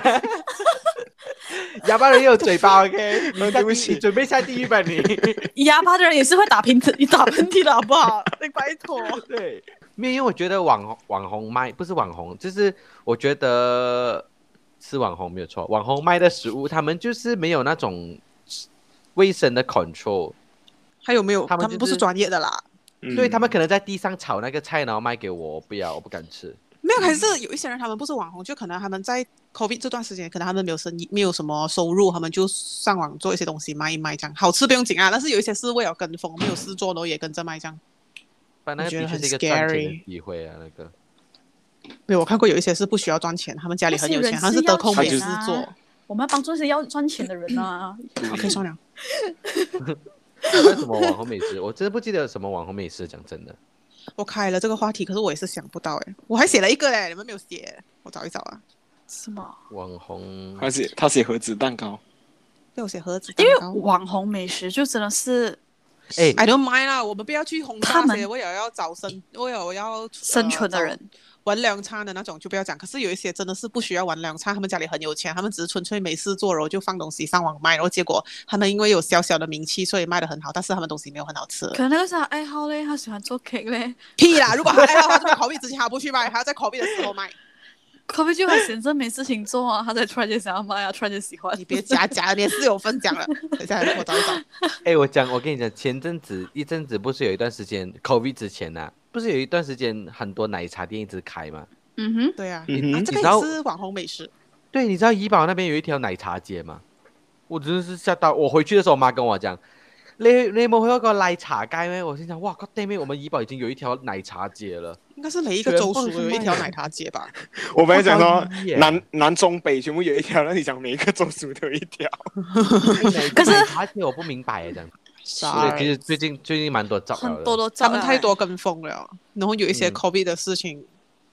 Speaker 1: 哑巴人也有 嘴巴，OK？
Speaker 5: 嗯对不起
Speaker 1: 你准备下地狱吧你。
Speaker 2: 哑巴的人也是会打喷嚏，打喷嚏的好不 好？你拜
Speaker 3: 哦
Speaker 2: 托。
Speaker 1: 对，没有，因为我觉得网红网红卖不是网红，就是我觉得是网红没有错，网红卖的食物他们就是没有那种卫生的 control，
Speaker 3: 还有没有？
Speaker 1: 他
Speaker 3: 他
Speaker 1: 们
Speaker 3: 们
Speaker 1: 就是
Speaker 3: 不是专业的啦。
Speaker 5: 嗯
Speaker 1: 所以他们可能在地上炒那个菜，然后卖给我，我不要，我不敢吃。
Speaker 3: 没有，还是
Speaker 1: 嗯
Speaker 3: 有一些人他们不是网红，就可能他们在 COVID 这段时间，可能他们没有生意，没有什么收入，他们就上网做一些东西卖一卖这样。好吃不用紧啊，但是有一些是为了跟风，没有事做然后也跟着卖这样。
Speaker 1: 但那个
Speaker 3: 我
Speaker 1: 的
Speaker 3: 觉得
Speaker 1: 确
Speaker 3: 很
Speaker 1: 是一个赚钱的
Speaker 3: scary
Speaker 1: 机会啊，那个
Speaker 3: 没有，我看过有一些是不需要赚钱，他们家里很有钱，
Speaker 2: 那些
Speaker 3: 他
Speaker 2: 人
Speaker 3: 是
Speaker 2: 是要
Speaker 3: 得空没事
Speaker 2: 钱啊
Speaker 3: 做。
Speaker 2: 我们要帮助那些要赚钱的人 啊！
Speaker 5: 嗯
Speaker 3: OK，算了。
Speaker 1: 还有什么网红美食，我真的不记得有什么网红美食，讲真的。
Speaker 3: 我开了这个话题，可是我也是想不到哎、我还写了一个嘞，你们没有写，我找一找啊。
Speaker 2: 是吗？
Speaker 1: 网红
Speaker 5: 他写他写盒子蛋糕，
Speaker 3: 被我写盒子蛋
Speaker 2: 因为
Speaker 3: 糕，
Speaker 2: 网红美食就真的是
Speaker 1: 哎
Speaker 3: I don't mind 啦，我们不要去轰炸
Speaker 2: 他们
Speaker 3: 谁，我也要找生，我有要
Speaker 2: 生存的人，，
Speaker 3: 呃找玩两餐的那种就不要讲。可是有一些真的是不需要玩两餐，他们家里很有钱，他们只是纯粹没事做，然后就放东西上网卖，然后结果他们因为有小小的名气，所以卖的很好，但是他们东西没有很好吃。
Speaker 2: 可能那个是他爱好嘞，他喜欢做 cake 嘞，
Speaker 3: 屁啦！如果他爱好，他在 COVID 之前他不去卖，还要在 COVID 的时候卖。
Speaker 2: 可不就很闲着没事情做啊，他才突然间想要卖啊，突然间喜欢。
Speaker 3: 你别假假，你也是有分享了。等一下我找一找。
Speaker 1: 哎、我讲，我跟你讲，前阵子一阵子不是有一段时间，COVID 之前呐、不是有一段时间很多奶茶店一直开吗？
Speaker 2: 嗯哼，
Speaker 3: 对啊，
Speaker 5: 嗯
Speaker 3: 啊
Speaker 5: 哼
Speaker 3: 这
Speaker 1: 你
Speaker 3: 个
Speaker 1: 知道
Speaker 3: 也是网红美食。
Speaker 1: 对，你知道怡保那边有一条奶茶街吗？我真的是吓到，我回去的时候，我妈跟我讲，你你有冇去嗰個奶茶街咩？我心想，哇，God damn it，我们怡保已经有一条奶茶街了。
Speaker 3: 应该是每一个州属有一条奶茶街吧？
Speaker 5: 我本来想
Speaker 1: 我
Speaker 5: 说
Speaker 1: 找你耶
Speaker 5: 南南中北全部有一条，那你讲每一个州属都有一条，
Speaker 1: 可是奶茶街我不明白哎，这样。对，其
Speaker 3: Sorry
Speaker 1: 实最近最近蛮多造谣
Speaker 2: 很
Speaker 1: 的
Speaker 2: 多都
Speaker 3: 他
Speaker 2: 照哎
Speaker 3: 们
Speaker 2: 了
Speaker 3: 太
Speaker 2: 嘞
Speaker 3: 多跟风了，然后有一些
Speaker 1: 嗯
Speaker 3: COVID 的事情、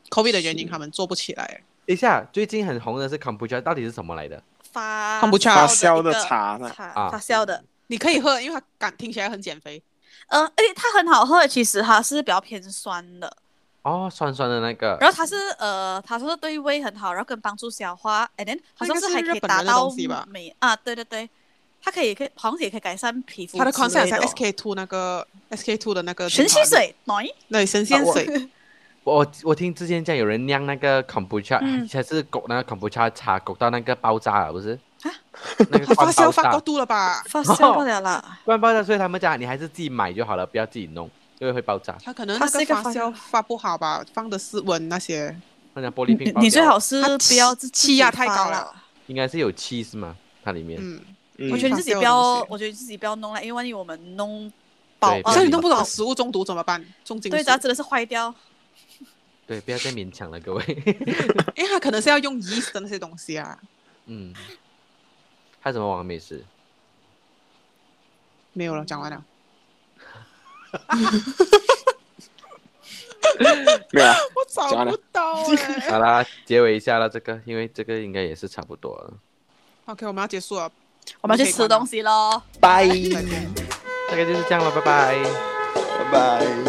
Speaker 3: c o v i d 的原因他们做不起来。
Speaker 1: 等一下，最近很红的是 kombucha，到底是什么来的？
Speaker 2: 发
Speaker 3: 看不出来
Speaker 5: 发
Speaker 3: 发
Speaker 5: 酵
Speaker 2: 的
Speaker 5: 的
Speaker 2: 一个
Speaker 5: 茶呢？
Speaker 1: 啊
Speaker 2: 茶发酵的，
Speaker 3: 你可以喝，因为它感听起来很减肥。
Speaker 2: 呃，而且它很好喝，其实它是比较偏酸的，
Speaker 1: 哦，酸酸的那个。
Speaker 2: 然后它是呃，它说是对胃很好，然后跟帮助消化，and then 好
Speaker 3: 那
Speaker 2: 像
Speaker 3: 应该
Speaker 2: 是
Speaker 3: 是
Speaker 2: 还可以
Speaker 3: 日本
Speaker 2: 达
Speaker 3: 人的
Speaker 2: 到
Speaker 3: 东西吧
Speaker 2: 美啊，对对对，它可以可以好像也可以改善皮肤之
Speaker 3: 它
Speaker 2: 类的
Speaker 3: 的
Speaker 2: 哦。
Speaker 3: concept 像 SK two 那个 SK two 的那个
Speaker 2: 神仙水，奶
Speaker 3: 对神仙水。
Speaker 1: 我我听之前讲有人酿那个 kombucha，、
Speaker 2: 嗯
Speaker 1: 才是狗那个 kombucha 茶狗到那个爆炸了，不是？
Speaker 2: 啊
Speaker 1: 那 个
Speaker 3: 它发
Speaker 1: 罐爆
Speaker 3: 酵发
Speaker 1: 炸
Speaker 3: 过，度了吧？
Speaker 2: 发酵不了 啦。
Speaker 1: 罐爆炸，所以他们讲你还是自己买就好了，不要自己弄，因为会爆炸。
Speaker 3: 它可能
Speaker 2: 它
Speaker 3: 那
Speaker 2: 是一
Speaker 3: 个
Speaker 2: 个
Speaker 3: 发
Speaker 2: 发
Speaker 3: 酵发不好吧，放的室温那些，
Speaker 1: 那讲玻璃
Speaker 2: 你
Speaker 1: 瓶爆
Speaker 2: 你最
Speaker 1: 掉
Speaker 2: 好是
Speaker 3: 它
Speaker 2: 不要自
Speaker 3: 气压太高
Speaker 2: 了。
Speaker 3: 了
Speaker 1: 应该是有气是吗？它里面、
Speaker 3: 嗯，
Speaker 5: 嗯
Speaker 2: 我觉得你自己不
Speaker 3: 发酵的
Speaker 2: 要
Speaker 3: 东，西
Speaker 2: 我觉得你自己不要弄了，因为万一我们弄饱
Speaker 1: 对，不
Speaker 2: 啊
Speaker 1: 要
Speaker 3: 所以你
Speaker 1: 理
Speaker 3: 弄不懂
Speaker 1: 它
Speaker 3: 食物中毒怎么办？重金属
Speaker 2: 对，，只要真的是坏掉，
Speaker 1: 对，不要再勉强了，各位。
Speaker 3: 因为它可能是要用 yeast 的那些东西啊，
Speaker 1: 嗯，还有什么网美食？
Speaker 3: 没有了，讲完了。
Speaker 5: 没有啊，
Speaker 3: 我找
Speaker 5: 讲完了
Speaker 3: 不到 哎、
Speaker 1: 好啦，结尾一下啦，这个，因为这个应该也是差不多了。
Speaker 3: OK，我们要结束 了，
Speaker 2: 我们要去吃东西喽。
Speaker 5: 拜
Speaker 3: 再见。
Speaker 1: 大概就是这样了，拜拜。
Speaker 5: 拜拜。